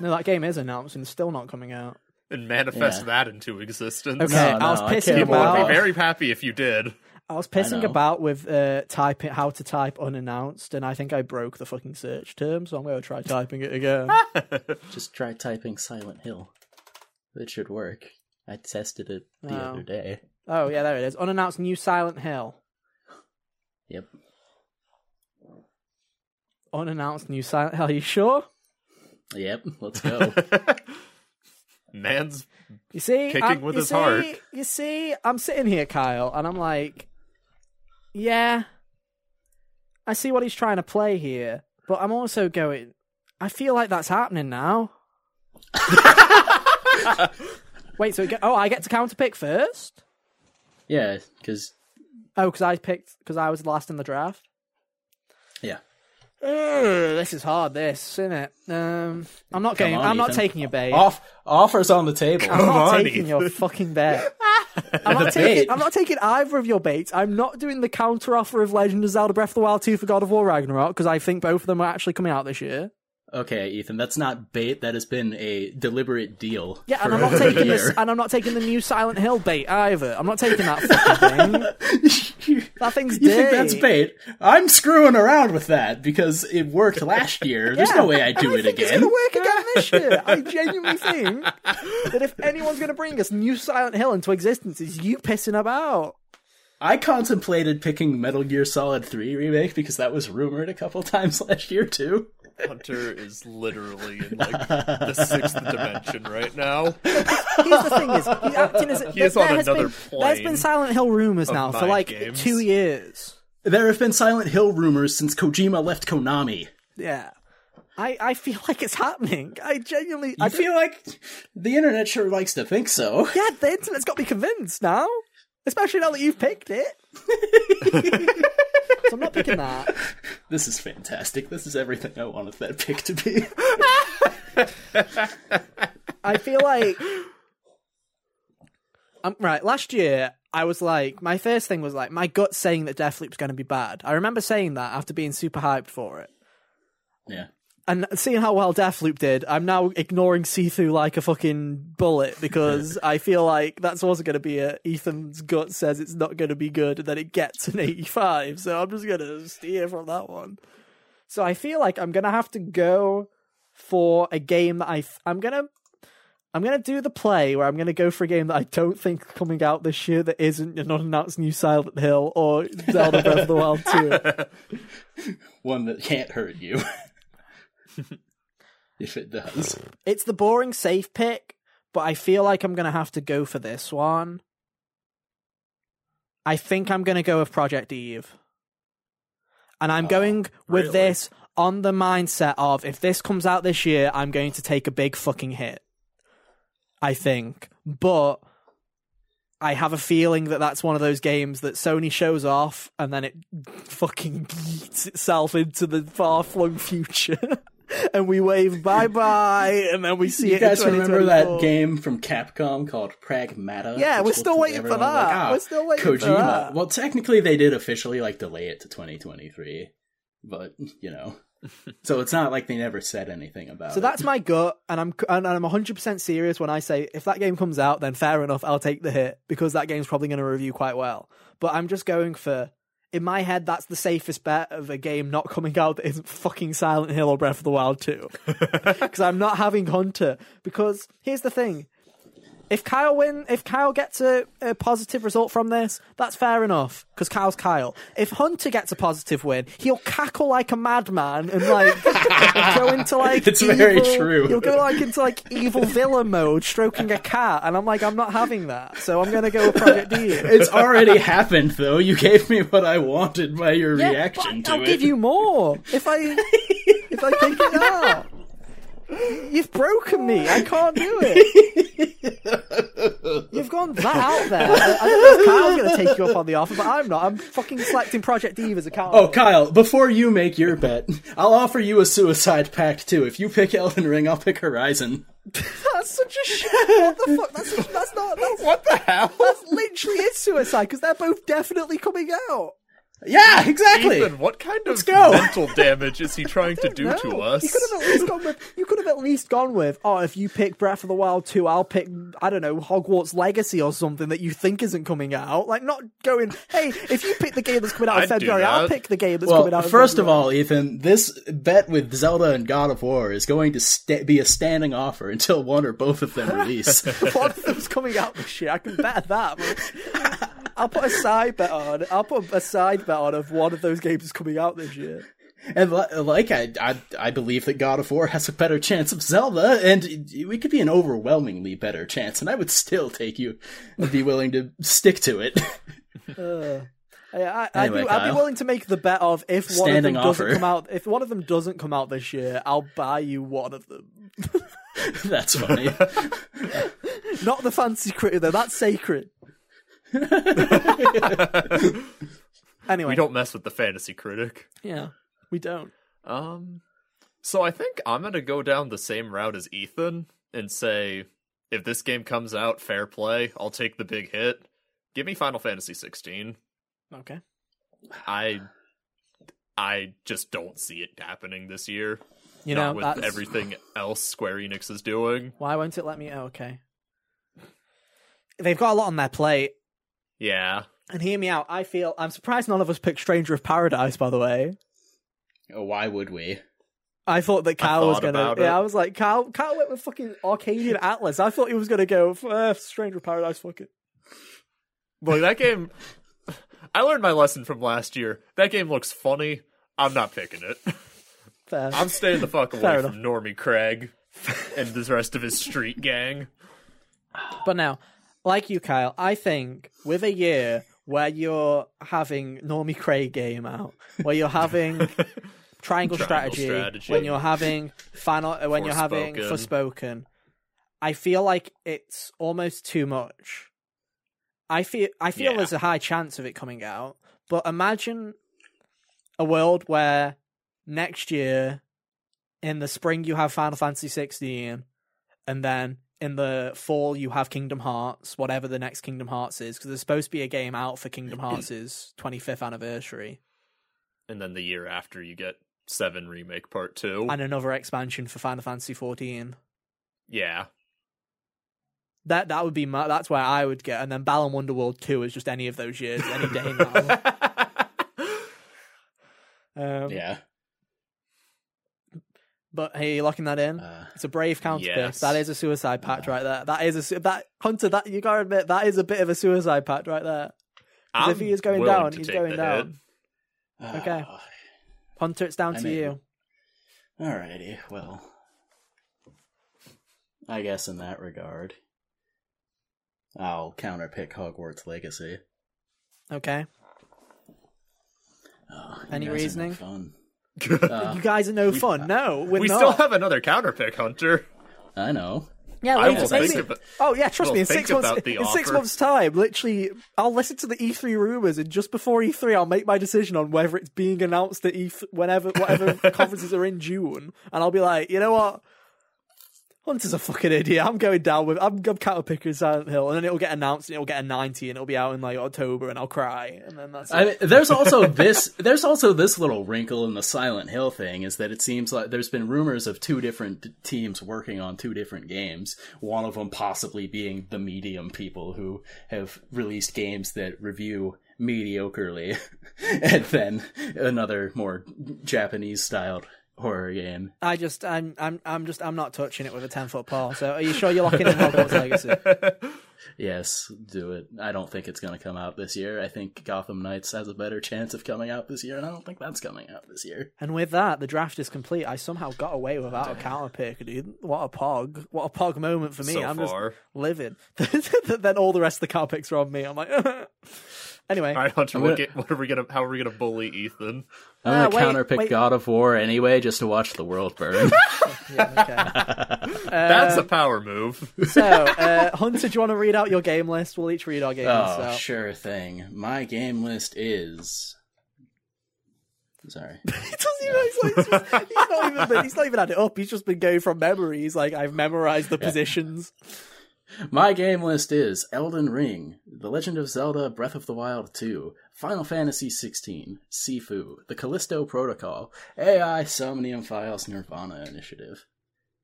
No, that game is announced and it's still not coming out.
and manifest
Yeah.
that into existence.
Okay,
No,
I was
no, I
pissing
can't
People would
about.
be very happy if you did.
I was pissing
know.
about with uh, typing how to type unannounced, and I think I broke the fucking search term, so I'm going to try typing it again.
Just try typing Silent Hill. It should work. I tested it the
Oh.
other day.
oh yeah, there it is. Unannounced new Silent Hill.
Yep.
Unannounced new Silent Hill. Are you sure?
Yep. Let's go.
Man's
You see,
Kicking
I'm-
with
you
his
see,
heart.
You see, I'm sitting here, Kyle, and I'm like, yeah, I see what he's trying to play here, but I'm also going. I feel like that's happening now. Wait, so we get, oh, I get to counter pick first.
yeah, because
Oh, because I picked because I was last in the draft.
yeah.
Ugh, this is hard. This isn't it. Um, I'm not going.
on,
I'm not
Ethan.
taking your
Oh,
bait.
Off offers on the table.
I'm not
on,
taking your fucking bet. I'm not,
bait.
taking, I'm not taking either of your baits. I'm not doing the counter offer of Legend of Zelda Breath of the Wild 2 for God of War Ragnarok because I think both of them are actually coming out this year.
Okay, Ethan, that's not bait. That has been a deliberate deal.
Yeah, and
for
I'm not
over a
taking this,
year.
and I'm not taking the new Silent Hill bait either. I'm not taking that fucking thing. That thing's
You
dead.
think that's bait? I'm screwing around with that because it worked last year. There's no way I do it
It's
again.
gonna work again this year. I genuinely think that if anyone's gonna bring us new Silent Hill into existence, it's you pissing about.
I contemplated picking Metal Gear Solid 3 remake because that was rumored a couple times last year too.
Hunter is literally in like the sixth dimension right now.
Here's the thing: is uh, he's acting as
He's
there
on
has
another
been, There's
plane
been Silent Hill rumors now for
mind
like
games.
two years.
There have been Silent Hill rumors since Kojima left Konami.
Yeah. I, I feel like it's happening. I genuinely I
I
don't-
feel like the internet sure likes to think so.
yeah, the internet's got me convinced now. Especially now that you've picked it. so I'm not picking that.
This is fantastic. This is everything I wanted that pick to be.
I feel like um, right, last year I was like my first thing was like my gut saying that Deathloop's gonna be bad. I remember saying that after being super hyped for it.
Yeah.
And seeing how well Deathloop did, I'm now ignoring Sifu like a fucking bullet because I feel like that's also going to be a Ethan's gut says it's not going to be good and then it gets an 85. So I'm just going to steer from that one. So I feel like I'm going to have to go for a game that I th- I'm going to I'm going to do the play where I'm going to go for a game that I don't think is coming out this year that isn't an unannounced new Silent Hill or Zelda Breath of the Wild 2.
One that can't hurt you. if it does.
It's the boring safe pick, but I feel like I'm gonna have to go for this one. I think I'm gonna go with Project Eve. And I'm going with
really?
this on the mindset of if this comes out this year, I'm going to take a big fucking hit. I think. But I have a feeling that that's one of those games that Sony shows off and then it fucking yeets itself into the far flung future. and we wave bye bye and then we see
You
it. in
guys remember that
2024.
game from Capcom called Pragmata?
Yeah,
which
we're still
looked at
waiting for
everyone
that.
"Ah,
We're still waiting for
Kojima.
that.
Well, technically, they did officially like delay it to 2023, but you know, so it's not like they never said anything about
So
it.
that's my gut, and I'm and I'm 100% serious when I say if that game comes out, then fair enough, I'll take the hit because that game's probably going to review quite well. But I'm just going for, in my head, that's the safest bet of a game not coming out that isn't fucking Silent Hill or Breath of the Wild 2. Because I'm not having Hunter. Because here's the thing: if Kyle win, if Kyle gets a, a positive result from this, that's fair enough because Kyle's Kyle. If Hunter gets a positive win, he'll cackle like a madman and like go into like
It's
evil,
very true.
He'll go like into like evil villain mode, stroking a cat, and I'm like, I'm not having that. So I'm gonna go with Project D.
It's already happened, though. You gave me what I wanted by your
Yeah,
reaction
but
to
I'll
it.
give you more if I if I think it out. You've broken me. I can't do it. You've gone that out there. I, I don't know if Kyle's going to take you up on the offer, but I'm not. I'm fucking selecting Project Eve as a card.
Oh, Kyle, before you make your bet, I'll offer you a suicide pact too. If you pick Elden Ring, I'll pick Horizon.
that's such a shit. What the fuck? That's, that's not. That's,
What the hell?
that's literally is suicide because they're both definitely coming out.
Yeah, exactly.
Ethan, what kind of
go.
mental damage is he trying to do
No.
to
You
us?
could have at least gone with. You could have at least gone with. Oh, if you pick Breath of the Wild two, I'll pick. I don't know Hogwarts Legacy or something that you think isn't coming out. Like not going. Hey, if you pick the game that's coming out in
I'd do
February, I'll
that.
pick the game that's coming
well,
out. in
first of
February.
all, Ethan, this bet with Zelda and God of War is going to sta be a standing offer until one or both of them release.
one of them's coming out this year. I can bet that. but I'll put a side bet on. I'll put a side bet on of one of those games coming out this year.
and li- like I, I, I believe that God of War has a better chance of Zelda, and it could be an overwhelmingly better chance. And I would still take you, be willing to stick to it.
Yeah, I,
Anyway,
I'd, be, I'd be
Kyle.
willing to make the bet of if one
Standing
of them doesn't
offer.
come out. If one of them doesn't come out this year, I'll buy you one of them.
That's funny.
Not the fancy critic though. That's sacred. anyway,
We don't mess with the fantasy critic.
Yeah, we don't.
Um, so I think I'm gonna go down the same route as Ethan and say, if this game comes out, fair play. I'll take the big hit. Give me Final Fantasy 16.
Okay.
I, I just don't see it happening this year.
You
not
know,
with
that's-
everything else Square Enix is doing.
why won't it let me? Oh, okay. They've got a lot on their plate.
Yeah,
And hear me out. I feel I'm surprised none of us picked Stranger of Paradise. By the way,
oh, why would we?
I thought that Kyle was
thought
gonna.
about it.
Yeah, I was like, Kyle. Kyle went with fucking Arcadian Atlas. I thought he was gonna go uh, Stranger of Paradise. Fuck it.
Look, that game. I learned my lesson from last year. That game looks funny. I'm not picking it.
Fair.
I'm staying the fuck
Fair
away
enough.
from Normie Craig and the rest of his street gang.
But now, like you, Kyle, I think with a year where you're having Normie Craig game out, where you're having Triangle, strategy,
Strategy.
when you're having Final, uh, when you're having
Forspoken.
Forspoken, I feel like it's almost too much. I feel I feel
Yeah.
there's a high chance of it coming out, but imagine a world where next year in the spring you have Final Fantasy 16 and then in the fall you have Kingdom Hearts, whatever the next Kingdom Hearts is because there's supposed to be a game out for Kingdom Hearts' 25th anniversary
And then the year after, you get Seven Remake Part Two.
and another expansion for Final Fantasy 14.
Yeah,
That that would be my, that's where I would get and then Balan Wonderworld 2 is just any of those years any day now. Um,
Yeah.
But hey, you locking that in?
Uh,
It's a brave counter pick.
Yes.
That is a suicide pact right there. That is a su- that Hunter. That you gotta admit that is a bit of a suicide pact right there. 'Cause
I'm
if he is going
willing
down,
to
he's
take
going
the
down.
hit.
Okay.
Ah,
Hunter, it's down
I
to
mean-
you.
Alrighty, well. I guess in that regard, I'll counterpick Hogwarts Legacy.
Okay.
Oh,
Any
you guys are no
reasoning?
Fun.
you guys are no fun. no, we're
we
not.
still have another counterpick, Hunter.
I know.
yeah,
I
later,
will
maybe.
think about.
Oh yeah, trust
we'll
me. In
think
six months,
about the
in six
offer.
months' time, literally, I'll listen to the E3 rumors, and just before E3, I'll make my decision on whether it's being announced at E3, whenever whatever conferences are in June, and I'll be like, you know what, Hunter's a fucking idiot. I'm going down with. I'm, I'm counterpicking Silent Hill, and then it'll get announced, and it'll get a ninety, and it'll be out in like October, and I'll cry, and then that's.
I
it.
mean, there's also this. There's also this little wrinkle in the Silent Hill thing is that it seems like there's been rumors of two different teams working on two different games. One of them possibly being the medium people who have released games that review mediocrely, and then another more Japanese styled horror game.
I just, I'm, I'm, I'm just, I'm not touching it with a ten foot pole. So, are you sure you're locking in Hogwarts Legacy?
Yes, do it. I don't think it's going to come out this year. I think Gotham Knights has a better chance of coming out this year, and I don't think that's coming out this year.
And with that, the draft is complete. I somehow got away without a counter pick, dude. What a pog. What a pog moment for me.
So
I'm
far.
just living. then all the rest of the counter picks are on me. I'm like, Anyway,
All right, Hunter,
I'm
what,
gonna-
ga- what are we gonna? How are we gonna bully Ethan?
I'm
Ah,
gonna
wait,
counterpick
wait.
God of War anyway, just to watch the world burn.
yeah, okay. Uh,
That's a power move.
So, uh, Hunter, do you want to read out your game list? We'll each read our game list
oh,
out.
sure thing. My game list is. Sorry.
He doesn't even, he's, like, he's just- he's not even been- he's not even had it up. He's just been going from memory. He's like, I've memorized the positions.
My game list is Elden Ring, The Legend of Zelda Breath of the Wild 2, Final Fantasy XVI, Sifu, The Callisto Protocol, AI Somnium Files Nirvana Initiative.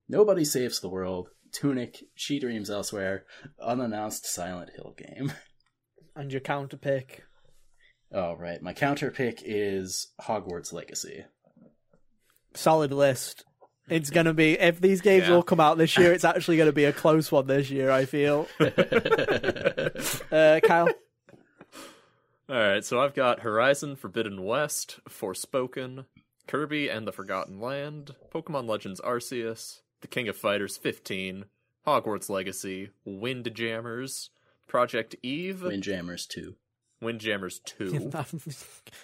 Nobody Saves the World, Tunic, She Dreams Elsewhere, Unannounced Silent Hill Game.
And your counter pick.
Alright, my counter pick is Hogwarts Legacy.
Solid list. It's going to be, if these games
Yeah.
all come out this year, it's actually going to be a close one this year, I feel. Uh, Kyle?
All right, so I've got Horizon Forbidden West, Forspoken, Kirby and the Forgotten Land, Pokemon Legends Arceus, The King of Fighters 15, Hogwarts Legacy, Windjammers, Project Eve,
Windjammers 2.
Windjammers 2.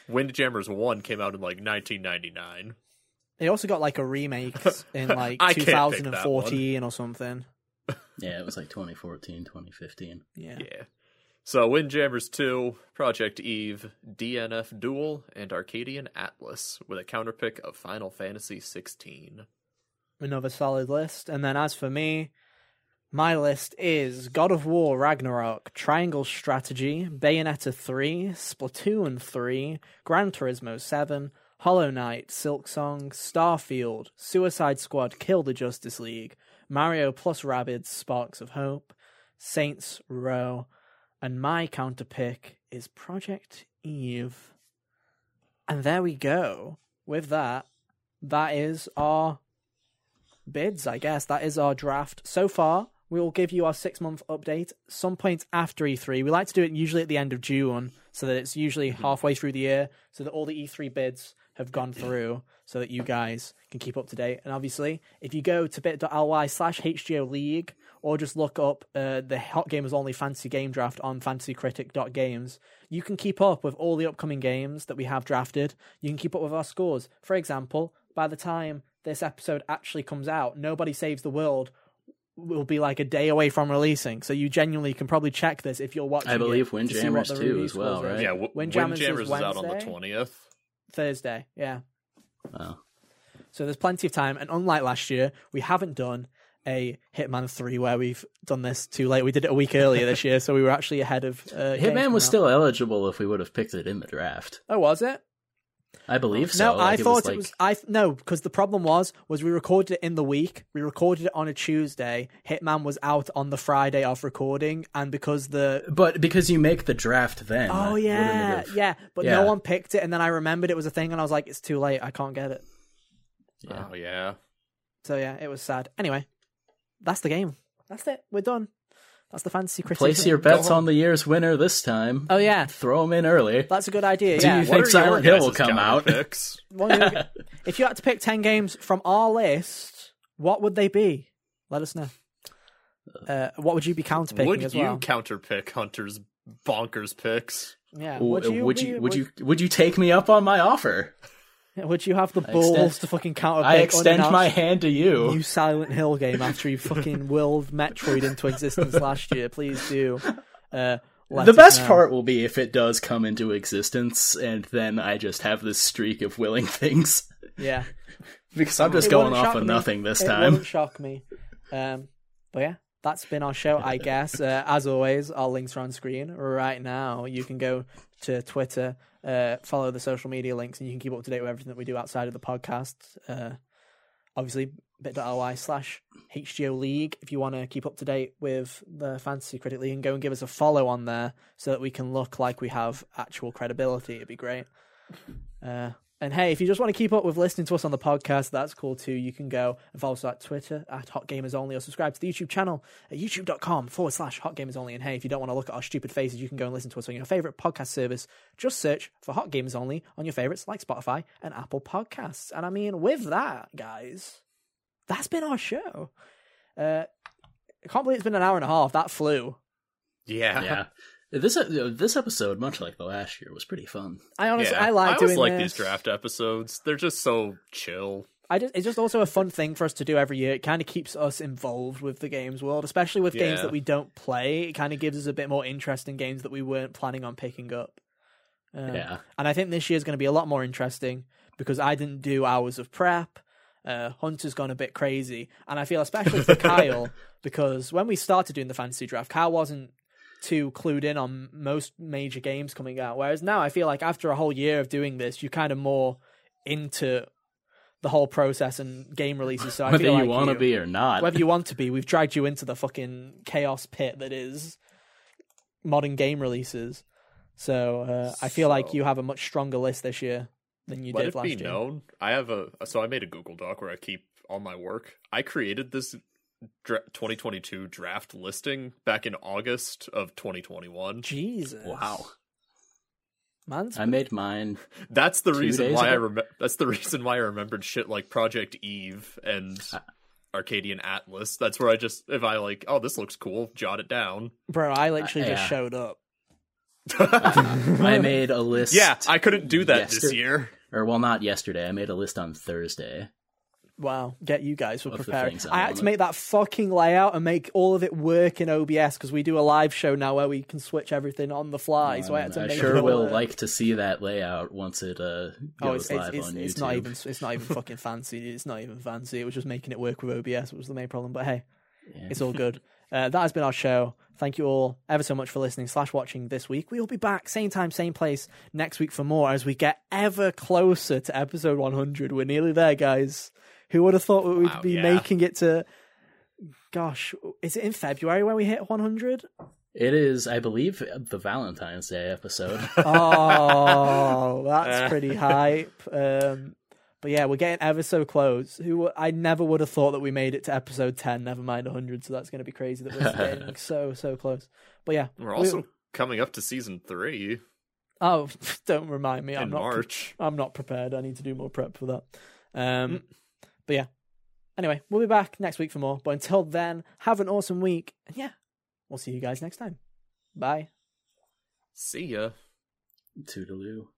Windjammers 1 came out in like 1999.
they also got like a remake in like
I can't pick that
2014 or something.
Yeah, it was like 2014, 2015.
Yeah.
Yeah. So Windjammers 2, Project Eve, DNF Duel, and Arcadian Atlas with a counterpick of Final Fantasy 16.
Another solid list. And then as for me, my list is God of War Ragnarok, Triangle Strategy, Bayonetta 3, Splatoon 3, Gran Turismo 7, Hollow Knight, Silk Song, Starfield, Suicide Squad, Kill the Justice League, Mario plus Rabbids, Sparks of Hope, Saints Row, and my counter pick is Project Eve. And there we go. With that, that is our bids, I guess. That is our draft. So far, we will give you our six month update some point after E3. We like to do it usually at the end of June so that it's usually halfway through the year, so that all the E3 bids have gone through so that you guys can keep up to date. And obviously, if you go to bit.ly slash HGO League or just look up uh, the Hot Gamers Only Fantasy Game Draft on fantasycritic.games, you can keep up with all the upcoming games that we have drafted. You can keep up with our scores. For example, by the time this episode actually comes out, Nobody Saves the World will be like a day away from releasing. So you genuinely can probably check this if you're watching.
I believe
it to see what
Windjammers
the
2
review
as well,
scores are.
right?
Yeah, w-
Windjammers
Windjammers,
is
is, out on the
Wednesday?
20th.
Thursday, yeah.
Wow.
So there's plenty of time. And unlike last year, we haven't done a Hitman 3 where we've done this too late. We did it a week earlier this year, so we were actually ahead of. Uh, games
Hitman
coming
was
out.
still eligible if we would have picked it in the draft.
Oh, was it?
I believe so.
no,
Like,
I thought
like-
it was. I th- no, because the problem was was we recorded it in the week. We recorded it on a Tuesday. Hitman was out on the Friday of recording, and because the
But because you make the draft then. that
oh
wouldn't
yeah
have-
yeah, but no
Yeah.
one picked it, and then I remembered it was a thing, and I was like, it's too late. I can't get it.
Yeah.
Oh, yeah.
So yeah, it was sad. Anyway, that's the game. That's it. We're done. That's the fantasy critic.
Place
game.
your bets
Go
on the year's winner this time.
Oh yeah,
Throw them in early.
that's a good idea.
Do
yeah.
you think
are
Silent
your
Hill will
guys'
come out?
counterpicks?
What are your- if you had to pick ten games from our list, what would they be? Let us know. Uh, what would you be counterpicking
Would
as
you
well?
counterpick Hunter's bonkers picks?
Yeah.
W-
Would you,
uh, would
be-
you would you would you take me up on my offer?
would, you have the
I
balls
extend-
to fucking counter?
I extend my hand to you.
new Silent Hill game after you fucking willed Metroid into existence last year. Please do. Uh, let
the
us
best
know.
part will be if it does come into existence, and then I just have this streak of willing things
Yeah.
because I'm just
It
going
wouldn't
off
shock
on
me.
nothing this
it
time.
wouldn't shock me. Um, but yeah, that's been our show, I guess. Uh, as always, our links are on screen right now. You can go to Twitter, uh, follow the social media links, and you can keep up to date with everything that we do outside of the podcast. Uh, obviously, bit.ly slash HGO League if you want to keep up to date with the Fantasy Critic League and go and give us a follow on there so that we can look like we have actual credibility. It'd be great. Uh, and hey, if you just want to keep up with listening to us on the podcast, that's cool too. You can go and follow us at Twitter at Hot Gamers Only or subscribe to the YouTube channel at youtube.com forward slash Hot Gamers Only. And hey, if you don't want to look at our stupid faces, you can go and listen to us on your favorite podcast service. Just search for Hot Gamers Only on your favorites like Spotify and Apple Podcasts. And I mean, with that, guys, that's been our show. Uh, I can't believe it's been an hour and a half. That flew.
Yeah.
Yeah, This uh, this episode, much like the last year, was pretty fun.
I honestly,
yeah,
I like
always
doing
like
this.
these draft episodes. They're just so chill.
I just, it's just also a fun thing for us to do every year. It kind of keeps us involved with the games world, especially with games
Yeah.
that we don't play. It kind of gives us a bit more interest in games that we weren't planning on picking up. Um,
Yeah.
And I think this year's going to be a lot more interesting because I didn't do hours of prep. Uh, Hunter's gone a bit crazy. And I feel especially for Kyle because when we started doing the fantasy draft, Kyle wasn't too clued in on most major games coming out. Whereas now I feel like after a whole year of doing this, you're kind of more into the whole process and game releases. So I
Whether
feel
you
like
want to be or not,
whether you want to be, we've dragged you into the fucking chaos pit that is modern game releases. So uh, I feel like
So-
you have a much stronger list this year than you
Let
did
it
last
be
year.
known. I have a so I made a Google Doc where I keep all my work. I created this dra- 2022 draft listing back in August of 2021.
Jesus,
wow, Uh,
man's
I made mine.
That's the
Two
reason
days
why I
ago?
remember. That's the reason why I remembered shit like Project Eve and
Uh.
Arcadian Atlas. That's where I just if I like, oh, this looks cool, jot it down.
bro. I literally
uh, yeah.
just showed up.
I made a list.
yeah, I couldn't do that this
Yester-
year.
or well, not yesterday. I made a list on Thursday.
Wow, get you guys for
Of the
preparing.
things I
I had to
wanted.
make that fucking layout and make all of it work in OBS because we do a live show now where we can switch everything on the fly. so I had to
I
make
sure
it
will
work.
like to see that layout once it uh, goes
Oh, it's, it's,
live
it's,
on
it's
YouTube.
not even it's not even fucking fancy. It's not even fancy. It was just making it work with OBS was the main problem. But hey,
Yeah.
it's all good. uh, that has been our show. Thank you all ever so much for listening slash watching this week. We will be back same time, same place next week for more as we get ever closer to episode 100. We're nearly there, guys. Who would have thought we would
Wow,
be
yeah.
making it to? Gosh, is it in February when we hit 100?
It is, I believe, the Valentine's Day episode.
oh,
Uh.
that's pretty hype. Um, but yeah, we're getting ever so close. Who w- I never would have thought that we made it to episode ten. Never mind hundred. So that's going to be crazy that we're getting so so close. But yeah,
We're also coming up to season three
oh, don't remind me. I'm
in
not. pre-
March.
I'm not prepared. I need to do more prep for that. Um,
Mm.
But yeah. Anyway, we'll be back next week for more. But until then, have an awesome week. And yeah, we'll see you guys next time. Bye.
See ya.
Toodaloo.